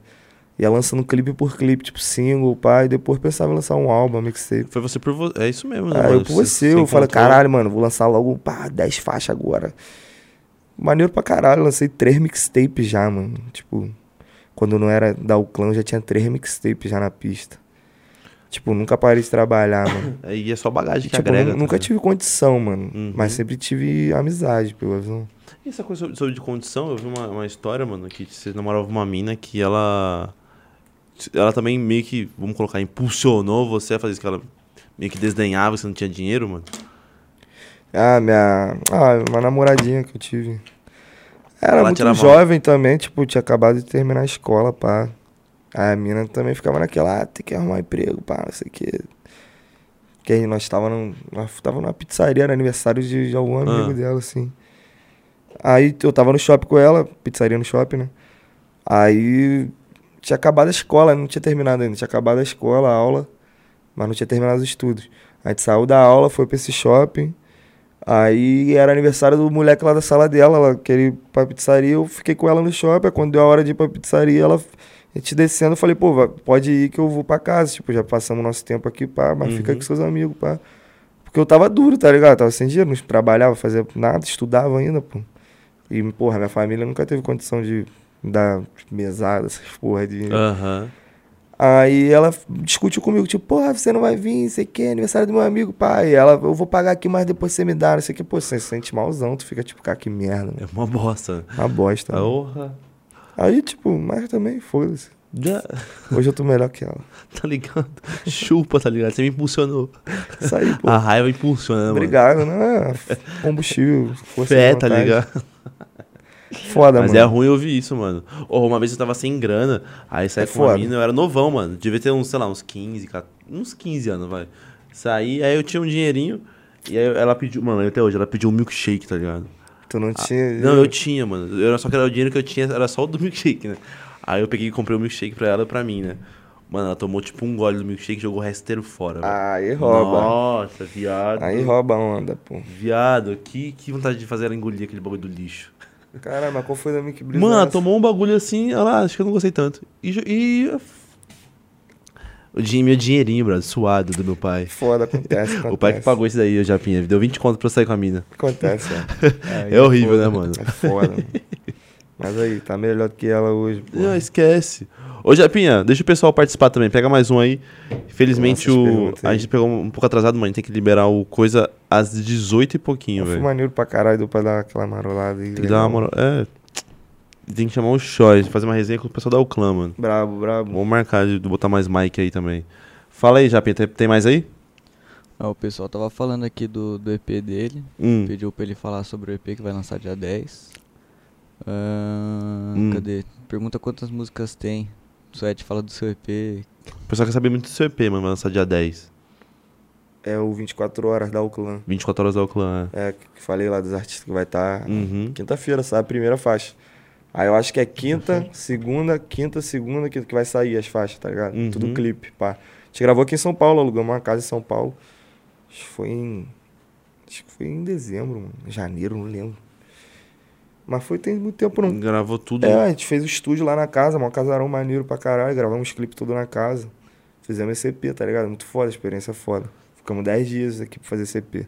Speaker 3: Ia lançando clipe por clipe, tipo, single, pá, e depois pensava em lançar um álbum, mixtape.
Speaker 2: Foi você por você. É isso mesmo, né?
Speaker 3: Ah,
Speaker 2: mano?
Speaker 3: eu por você,
Speaker 2: se
Speaker 3: eu falo,
Speaker 2: encontrou.
Speaker 3: caralho, mano, vou lançar logo, pá, 10 faixas agora. Maneiro pra caralho, lancei três mixtapes já, mano. Tipo, quando eu não era da Uclã, eu já tinha três mixtapes já na pista. Tipo, nunca parei de trabalhar, mano.
Speaker 2: É, E é só bagagem que
Speaker 3: tipo,
Speaker 2: agrega.
Speaker 3: nu- nunca
Speaker 2: tá ligado?
Speaker 3: tive condição, mano.
Speaker 2: Uhum.
Speaker 3: Mas sempre tive amizade, pelo menos.
Speaker 2: E essa é coisa sobre, sobre de condição, eu vi uma, uma história, mano, que você namorava uma mina que ela. Ela também meio que, vamos colocar, impulsionou você a fazer isso, que ela meio que desdenhava, que você não tinha dinheiro, mano.
Speaker 3: Ah, minha. Ah, uma namoradinha que eu tive. Era
Speaker 2: Ela
Speaker 3: muito
Speaker 2: tirava-
Speaker 3: jovem também, tipo, tinha acabado de terminar a escola, pá. Aí a mina também ficava naquela, ah, tem que arrumar emprego, pá, não sei o quê. Porque aí nós tava, num, nós tava numa pizzaria, era aniversário de, de algum amigo
Speaker 2: Ah.
Speaker 3: dela, assim. Aí eu tava no shopping com ela, pizzaria no shopping, né? Aí tinha acabado a escola, não tinha terminado ainda. Tinha acabado a escola, a aula, mas não tinha terminado os estudos. A gente saiu da aula, foi pra esse shopping. Aí era aniversário do moleque lá da sala dela, ela queria ir pra pizzaria, eu fiquei com ela no shopping. Aí Quando deu a hora de ir pra pizzaria, ela a gente descendo, eu falei, pô, va- pode ir que eu vou pra casa. Tipo, já passamos nosso tempo aqui, pá, mas fica
Speaker 2: Uhum.
Speaker 3: com seus amigos, pá. Porque eu tava duro, tá ligado? Eu tava sem dinheiro, não trabalhava, fazia nada, estudava ainda, pô. E, porra, minha família nunca teve condição de dar mesada, essas porra de.
Speaker 2: Aham.
Speaker 3: Aí ela f- discutiu comigo, tipo, porra, você não vai vir, sei que, aniversário do meu amigo, pai. Ela, eu vou pagar aqui, mas depois você me dá, não sei o que. Pô, você se sente malzão, tu fica tipo, cara, que merda, né?
Speaker 2: É uma bosta.
Speaker 3: Uma bosta. né?
Speaker 2: Porra.
Speaker 3: Aí, tipo, mas também, foda-se.
Speaker 2: Já-
Speaker 3: Hoje eu tô melhor que ela.
Speaker 2: Tá ligado? Chupa, tá ligado? Você me impulsionou.
Speaker 3: Isso aí, pô.
Speaker 2: A raiva impulsiona, né, mano?
Speaker 3: Obrigado, né? É, Combustível, força
Speaker 2: Fé,
Speaker 3: de
Speaker 2: tá
Speaker 3: vontade.
Speaker 2: ligado?
Speaker 3: Foda,
Speaker 2: Mas é
Speaker 3: mano.
Speaker 2: ruim eu ouvir isso, mano. Ou uma vez eu tava sem grana, aí saí
Speaker 3: É
Speaker 2: com uma
Speaker 3: foda.
Speaker 2: mina, eu era novão, mano. Devia ter uns, sei lá, uns 15, 14, uns 15 anos, vai. Saí, aí eu tinha um dinheirinho, e aí ela pediu, mano, até hoje, ela pediu um milkshake, tá ligado?
Speaker 3: Tu não tinha...
Speaker 2: Não, eu tinha, mano. Eu, só que era o dinheiro que eu tinha, era só o do milkshake, né? Aí eu peguei e comprei o milkshake pra ela e pra mim, né? Mano, ela tomou tipo um gole do milkshake e jogou o rasteiro fora, velho.
Speaker 3: Aí rouba.
Speaker 2: Nossa, viado.
Speaker 3: Aí rouba a onda, pô.
Speaker 2: Viado, que, que vontade de fazer ela engolir aquele bagulho do lixo.
Speaker 3: Caralho, mas qual foi da Mick Blizzard?
Speaker 2: Mano, ela tomou um bagulho assim, olha lá, acho que eu não gostei tanto. E. jo- e... O dinhe- meu dinheirinho, brother, suado do meu pai.
Speaker 3: Foda, acontece, acontece.
Speaker 2: O pai que pagou isso daí, o Japinha. Deu 20 conto pra eu sair com a mina.
Speaker 3: Acontece, ó.
Speaker 2: É horrível, né, mano?
Speaker 3: É foda, mano. Mas aí, tá melhor do que ela hoje, pô.
Speaker 2: Não, esquece. Ô, Japinha, deixa o pessoal participar também. Pega mais um aí. Infelizmente,
Speaker 3: Nossa,
Speaker 2: o...
Speaker 3: pergunta
Speaker 2: a
Speaker 3: aí.
Speaker 2: gente pegou um pouco atrasado, mano. A gente tem que liberar o coisa às 18 e pouquinho,
Speaker 3: Eu fui
Speaker 2: velho.
Speaker 3: maneiro pra caralho, deu pra dar aquela marolada aí.
Speaker 2: Tem que dar uma moral. É. Tem que chamar o Shoy, fazer uma resenha com o pessoal da Uclã, mano.
Speaker 3: Brabo, brabo.
Speaker 2: Vamos marcar de botar mais mic aí também. Fala aí, Japinha, tem, tem mais aí?
Speaker 1: Ah, o pessoal tava falando aqui do, do EP dele.
Speaker 2: Hum.
Speaker 1: Pediu pra ele falar sobre o EP que vai lançar dia 10. Ah,
Speaker 2: Hum.
Speaker 1: Cadê? Pergunta quantas músicas tem. Suete, fala do seu EP.
Speaker 2: O pessoal quer saber muito do seu EP, mano. Vai lançar dia 10.
Speaker 3: É o 24 horas da Uclan.
Speaker 2: 24 horas da Uclã.
Speaker 3: É, que falei lá dos artistas que vai estar.
Speaker 2: Uhum.
Speaker 3: Quinta-feira, sabe? A primeira faixa. Aí eu acho que é quinta, segunda, quinta, segunda, quinta que vai sair as faixas, tá ligado?
Speaker 2: Uhum.
Speaker 3: Tudo clipe, pá. A gente gravou aqui em São Paulo, alugamos uma casa em São Paulo. Acho que foi em. Acho que foi em dezembro, mano. Janeiro, não lembro. Mas foi tem muito tempo, não.
Speaker 2: Gravou tudo.
Speaker 3: É, a gente fez o estúdio lá na casa, mó casarão maneiro pra caralho. Gravamos os clipes tudo na casa. Fizemos esse EP, tá ligado? Muito foda, a experiência é foda. Ficamos 10 dias aqui pra fazer esse EP.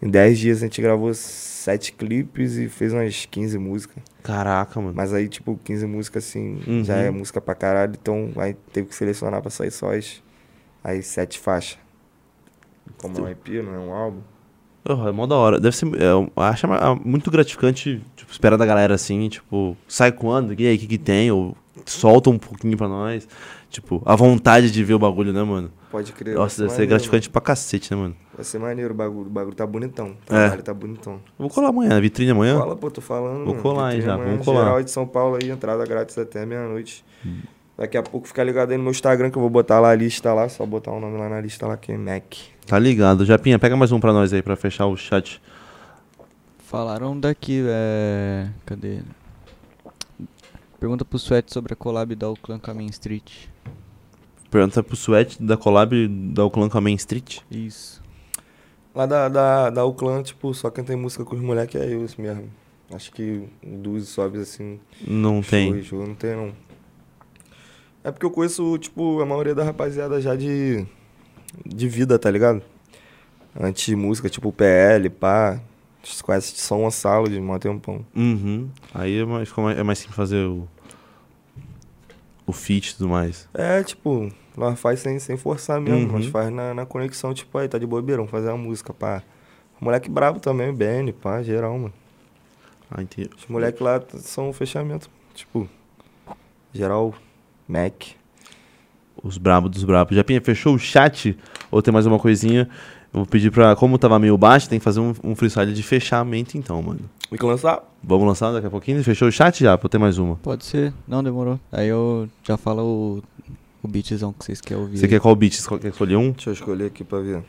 Speaker 3: Em 10 dias a gente gravou 7 clipes e fez umas 15 músicas.
Speaker 2: Caraca, mano.
Speaker 3: Mas aí, tipo, 15 músicas assim,
Speaker 2: Uhum.
Speaker 3: já é música pra caralho. Então aí teve que selecionar pra sair só as. Aí 7 faixas. Como é um EP, não é um álbum.
Speaker 2: Oh, é mó da hora. Deve ser. É, eu acho ah, muito gratificante, tipo, esperar da galera assim, tipo, sai quando? E aí, o que, que tem? Ou solta um pouquinho pra nós. Tipo, a vontade de ver o bagulho, né, mano?
Speaker 3: Pode crer. vai
Speaker 2: Nossa, deve ser
Speaker 3: maneiro,
Speaker 2: gratificante pra cacete, né, mano?
Speaker 3: mano. Vai ser maneiro o bagulho. O bagulho tá bonitão. O trabalho tá bonitão.
Speaker 2: Eu vou colar amanhã, na vitrine amanhã.
Speaker 3: Cola, pô, tô falando.
Speaker 2: Vou
Speaker 3: mano.
Speaker 2: colar, hein,
Speaker 3: Vitrine
Speaker 2: já,
Speaker 3: amanhã,
Speaker 2: vamos colar. Hum.
Speaker 3: Geral de São Paulo aí, entrada grátis até meia-noite. Daqui a pouco fica ligado aí no meu Instagram que eu vou botar lá a lista lá, só botar o nome lá na lista lá que é Mac.
Speaker 2: Tá ligado. Japinha, pega mais um pra nós aí pra fechar o chat.
Speaker 1: Falaram daqui, é. Cadê? Pergunta pro Suete sobre a collab da Clan com a Main Street.
Speaker 2: Pergunta pro Sweat da collab da Oakland com a Main Street.
Speaker 1: Isso.
Speaker 3: Lá da, da, da Uclan, tipo, só quem tem música com os moleques é eu isso mesmo. Acho que duas sobes assim.
Speaker 2: Não tem.
Speaker 3: Show, show, não tem não. É porque eu conheço, tipo, a maioria da rapaziada já de. de vida, tá ligado? Anti-música, tipo PL, pá. A gente Conhece de São Gonçalo de mó tempão.
Speaker 2: Uhum. Aí é mais, ficou mais- é mais simples fazer o. O fit e tudo mais.
Speaker 3: É, tipo, nós faz sem, sem forçar mesmo,
Speaker 2: Uhum.
Speaker 3: nós faz na, na conexão, tipo, aí tá de bobeirão, fazer a música, pá. Moleque brabo também, BN, pá, geral, mano.
Speaker 2: Ah, entendi.
Speaker 3: Os moleques lá t- são um fechamento, tipo, geral, Mac.
Speaker 2: Os brabos dos brabos. Japinha, fechou o chat? Ou tem mais uma coisinha? Eu vou pedir pra. Como tava meio baixo, tem que fazer um, um freestyle de fechamento então, mano.
Speaker 3: E que lançar?
Speaker 2: Vamos lançar daqui a pouquinho? Fechou o chat já? Ou tem mais uma?
Speaker 1: Pode ser? Não, demorou. Aí eu já falo o, o beatzão que vocês querem ouvir.
Speaker 2: Você
Speaker 1: aí.
Speaker 2: quer qual beat? Você quer escolher um?
Speaker 3: Deixa eu escolher aqui pra ver.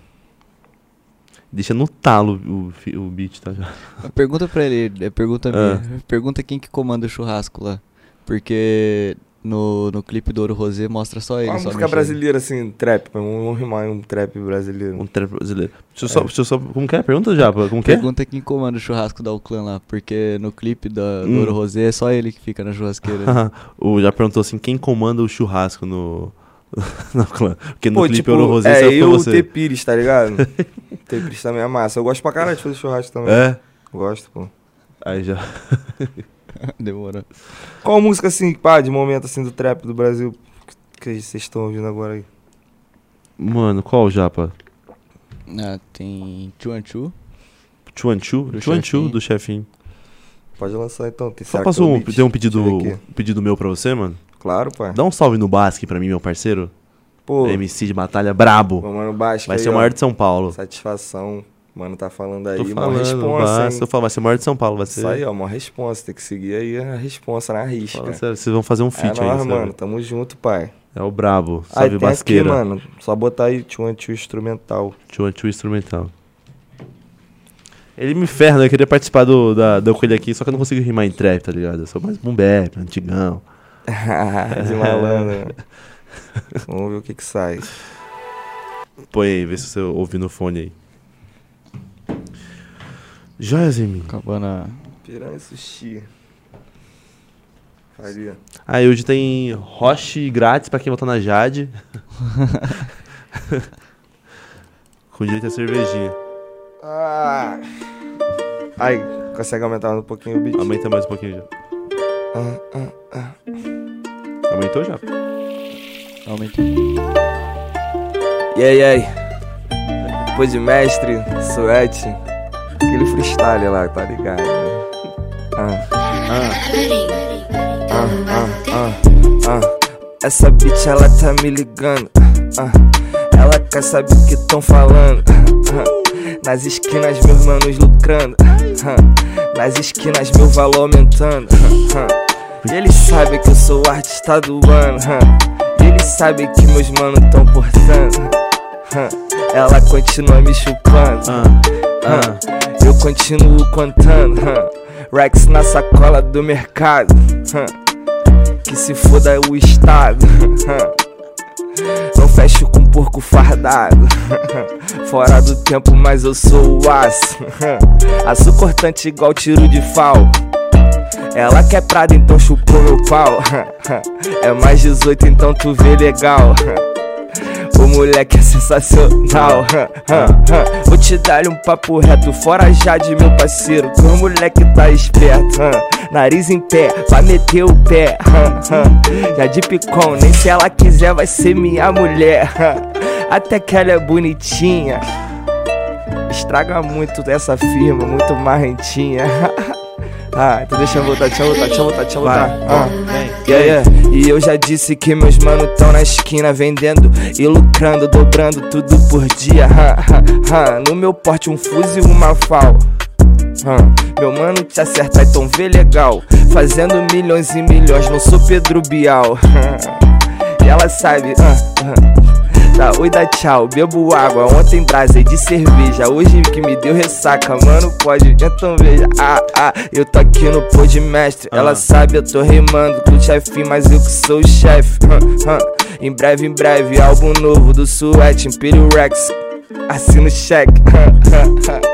Speaker 2: Deixa no talo o, fi- o beat, tá?
Speaker 1: Pergunta pra ele, é pergunta
Speaker 2: Ah.
Speaker 1: minha. Pergunta quem que comanda o churrasco lá. Porque no, no clipe do Ouro Rosé mostra só ele.
Speaker 3: Uma
Speaker 1: só
Speaker 3: música
Speaker 1: mexendo.
Speaker 3: brasileira, assim, trap, vamos vamos rimar em um trap brasileiro.
Speaker 2: Um trap brasileiro. Deixa eu só. Deixa eu só como que é? Pergunta já. Como que é?
Speaker 1: Pergunta quem comanda o churrasco da Uclan lá. Porque no clipe da, do
Speaker 2: Hum.
Speaker 1: Ouro Rosé é só ele que fica na churrasqueira.
Speaker 2: o já perguntou assim: quem comanda o churrasco no. no clã? Porque no
Speaker 3: Pô,
Speaker 2: clipe
Speaker 3: tipo,
Speaker 2: Ouro Rosé só
Speaker 3: é
Speaker 2: ficou
Speaker 3: eu o
Speaker 2: você.
Speaker 3: T. Pires, tá ligado? T. Pires também é massa. Eu gosto pra caralho de fazer churrasco também.
Speaker 2: É?
Speaker 3: Gosto, pô.
Speaker 2: Aí já.
Speaker 1: Demorou.
Speaker 3: Qual música assim, pá, de momento assim do trap do Brasil que vocês estão ouvindo agora aí?
Speaker 2: Mano, qual o japa?
Speaker 1: Ah, tem Chuan Chu.
Speaker 2: Chuanchu?
Speaker 1: Do
Speaker 2: Chuanchu
Speaker 1: chefinho.
Speaker 2: do chefinho.
Speaker 3: Pode lançar então. Tem
Speaker 2: Só
Speaker 3: Será
Speaker 2: passou
Speaker 3: que
Speaker 2: um,
Speaker 3: tem beat?
Speaker 2: tem um pedido,
Speaker 3: Deixa eu ver aqui.
Speaker 2: um pedido meu pra você, mano.
Speaker 3: Claro, pai.
Speaker 2: Dá um salve no Basque pra mim, meu parceiro.
Speaker 3: Pô,
Speaker 2: MC de batalha brabo.
Speaker 3: ô, mano, Basque.
Speaker 2: Vai
Speaker 3: aí,
Speaker 2: ser o
Speaker 3: ó.
Speaker 2: maior de São Paulo.
Speaker 3: Satisfação. Mano, tá falando aí.
Speaker 2: Tô
Speaker 3: mó
Speaker 2: falando,
Speaker 3: responsa,
Speaker 2: Basque.
Speaker 3: hein?
Speaker 2: Tô falando, vai ser o maior de São Paulo. Vai ser.
Speaker 3: Isso aí, ó. Mó responsa. Tem que seguir aí a responsa na risca.
Speaker 2: Fala sério, vocês vão fazer um feat
Speaker 3: é
Speaker 2: aí,
Speaker 3: nóis,
Speaker 2: sabe?
Speaker 3: mano. Tamo junto, pai.
Speaker 2: É o brabo.
Speaker 3: Aí
Speaker 2: Salve
Speaker 3: tem
Speaker 2: Basqueira.
Speaker 3: aqui, mano. Só botar aí Tchuan Tchu instrumental.
Speaker 2: Chuanchu um, instrumental. Ele me ferra, né? Eu queria participar do, da, da Coelho aqui, só que eu não consigo rimar em trap, tá ligado? Eu sou mais boom bap, antigão.
Speaker 3: de malandro. né? Vamos ver o que que sai.
Speaker 2: Põe aí, vê se você ouve no fone aí. Joias em mim.
Speaker 1: Acabando a.
Speaker 3: Piranha e sushi. Faria.
Speaker 2: Aí hoje tem Roche grátis pra quem votar na Jade. Com direito a cervejinha.
Speaker 3: Ah. Aí, consegue aumentar um pouquinho o beat?
Speaker 2: Aumenta mais um pouquinho já.
Speaker 3: Ah, ah, ah.
Speaker 2: Aumentou já?
Speaker 1: Aumentou.
Speaker 3: E aí, e aí? Pô de mestre, suete, aquele freestyle lá, tá ligado? né? Ah, Ah, ah, ah, ah. Essa bitch ela tá me ligando. Ah, ah. Ela quer saber o que tão falando. Ah, ah. Nas esquinas, meus manos lucrando. Ah, ah. Nas esquinas, meu valor aumentando. Ah, ah. E eles sabem que eu sou o artista do ano. Ah. E eles sabem que meus manos tão portando. Ah, ah. Ela continua me chupando.
Speaker 2: Ah,
Speaker 3: Ah,
Speaker 2: ah.
Speaker 3: eu continuo contando. hã. Rex na sacola do mercado. hã. Que se foda o estado. hã. Não fecho com porco fardado. Fora do tempo, mas eu sou o aço. hã. Aço cortante igual tiro de fal. Ela quer prada, então chupou meu pau. É mais 18, então tu vê legal. O moleque é sensacional. hã, hã, hã. Vou te dar um papo reto, fora já de meu parceiro. Que o moleque tá esperto. hã. Nariz em pé, vai meter o pé. hã, hã. Já de picom, nem se ela quiser, vai ser minha mulher. hã. Até que ela é bonitinha. Estraga muito dessa firma, muito marrentinha. Ah, então deixa eu voltar, deixa eu voltar, deixa eu voltar, deixa eu voltar. Ah. Yeah, yeah. E eu já disse que meus mano tão na esquina vendendo e lucrando, dobrando tudo por dia. Ha, ha, ha. No meu porte um fuso e uma fal. Ha. Meu mano te acerta, então vê legal. Fazendo milhões e milhões, não sou Pedro Bial. Ha. E ela sabe. ah, ah. Tá, oi, dá tchau, bebo água. Ontem brasei de cerveja, hoje que me deu ressaca. Mano, pode, então veja. Ah, ah, eu tô aqui no pôr de mestre. Ela sabe, eu tô rimando com o chefe, mas eu que sou o chefe. Hã, hã. Em breve, em breve, álbum novo do Suete, Império Rex. Assina o cheque. Hã, hã, hã.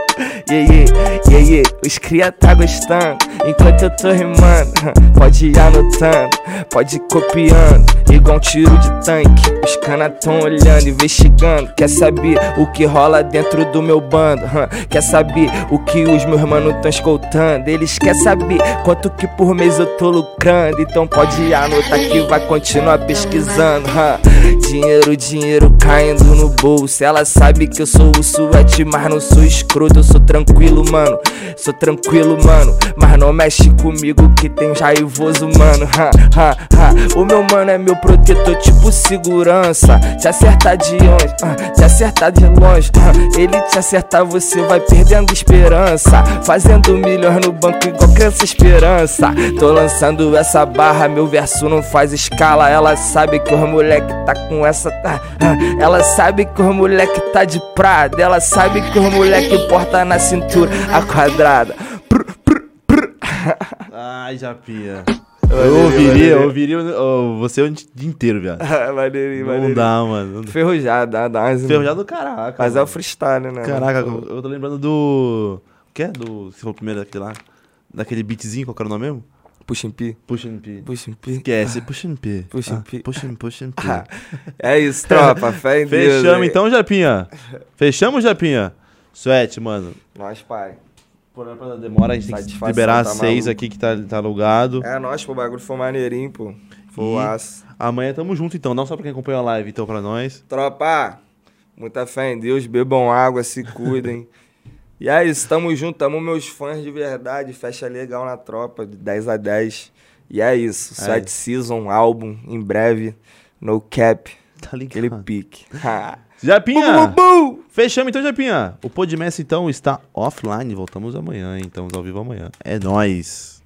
Speaker 3: Yeah, yeah, yeah, yeah. Os cria tá gostando Enquanto eu tô rimando Pode ir anotando Pode ir copiando Igual um tiro de tanque Os cana tão olhando, investigando Quer saber o que rola dentro do meu bando hã? Quer saber o que os meus manos tão escoltando Eles quer saber quanto que por mês eu tô lucrando Então pode ir anotar que vai continuar pesquisando hã? Dinheiro, dinheiro caindo no bolso Ela sabe que eu sou o suete, mas não sou escroto Eu sou tranquilo, mano, sou tranquilo, mano Mas não mexe comigo que tem raivoso, mano ha, ha, ha. O meu mano é meu protetor, tipo segurança Te acertar de longe, ah, te acertar de longe ah. Ele te acertar, você vai perdendo esperança Fazendo milhões no banco igual criança esperança Tô lançando essa barra, meu verso não faz escala Ela sabe que os moleque tá com essa... ah, ah. Ela sabe que os moleque tá de prada Ela sabe que os moleque porta na cintura a quadrada Prr, prr, prr.
Speaker 2: Ai, Japinha. Ah. Eu ouviria, eu ouviria ô, você o dia inteiro, viado.
Speaker 3: Ah, Maneirinho,
Speaker 2: Não
Speaker 3: maneirinho.
Speaker 2: dá, mano. Não dá.
Speaker 3: Ferrujado, dá, dá umas-
Speaker 2: Ferrujado, caraca.
Speaker 3: Mas é o
Speaker 2: mano.
Speaker 3: freestyle, né?
Speaker 2: Caraca,
Speaker 3: mano?
Speaker 2: eu tô lembrando do. O que é? Do. Se for o primeiro daquele lá? Daquele beatzinho, qual que era o nome mesmo?
Speaker 3: Puxa em pi,
Speaker 2: Puxa MP.
Speaker 3: puxa em pi.
Speaker 2: Esquece, puxa MP.
Speaker 3: Puxa
Speaker 2: Ah,
Speaker 3: MP.
Speaker 2: Puxa MP, puxa MP.
Speaker 3: Ah, É isso, tropa, fé em Deus.
Speaker 2: Fechamos
Speaker 3: aí.
Speaker 2: então, Japinha. Fechamos, Japinha. Suete, mano.
Speaker 3: Nós, pai.
Speaker 2: Problema da é demora, a gente tem que
Speaker 3: Satisfação,
Speaker 2: liberar
Speaker 3: tá
Speaker 2: seis
Speaker 3: maluco.
Speaker 2: aqui que tá, tá alugado.
Speaker 3: É nós, pô, o bagulho foi maneirinho, pô. Foi o
Speaker 2: E-
Speaker 3: aço.
Speaker 2: Amanhã tamo junto então, não só pra quem acompanhou a live, então pra nós.
Speaker 3: Tropa, muita fé em Deus, bebam água, se cuidem. e é isso, tamo junto, tamo meus fãs de verdade. Fecha legal na tropa, de 10 a 10. E é isso,
Speaker 2: É
Speaker 3: Sete Season, álbum, em breve, no cap,
Speaker 2: Tá
Speaker 3: aquele
Speaker 2: ligado?
Speaker 3: pique.
Speaker 2: Japinha!
Speaker 3: Bum, bum.
Speaker 2: Fechamos então, Japinha. O Podmess então está offline. Voltamos amanhã, hein? estamos ao vivo amanhã. É nóis.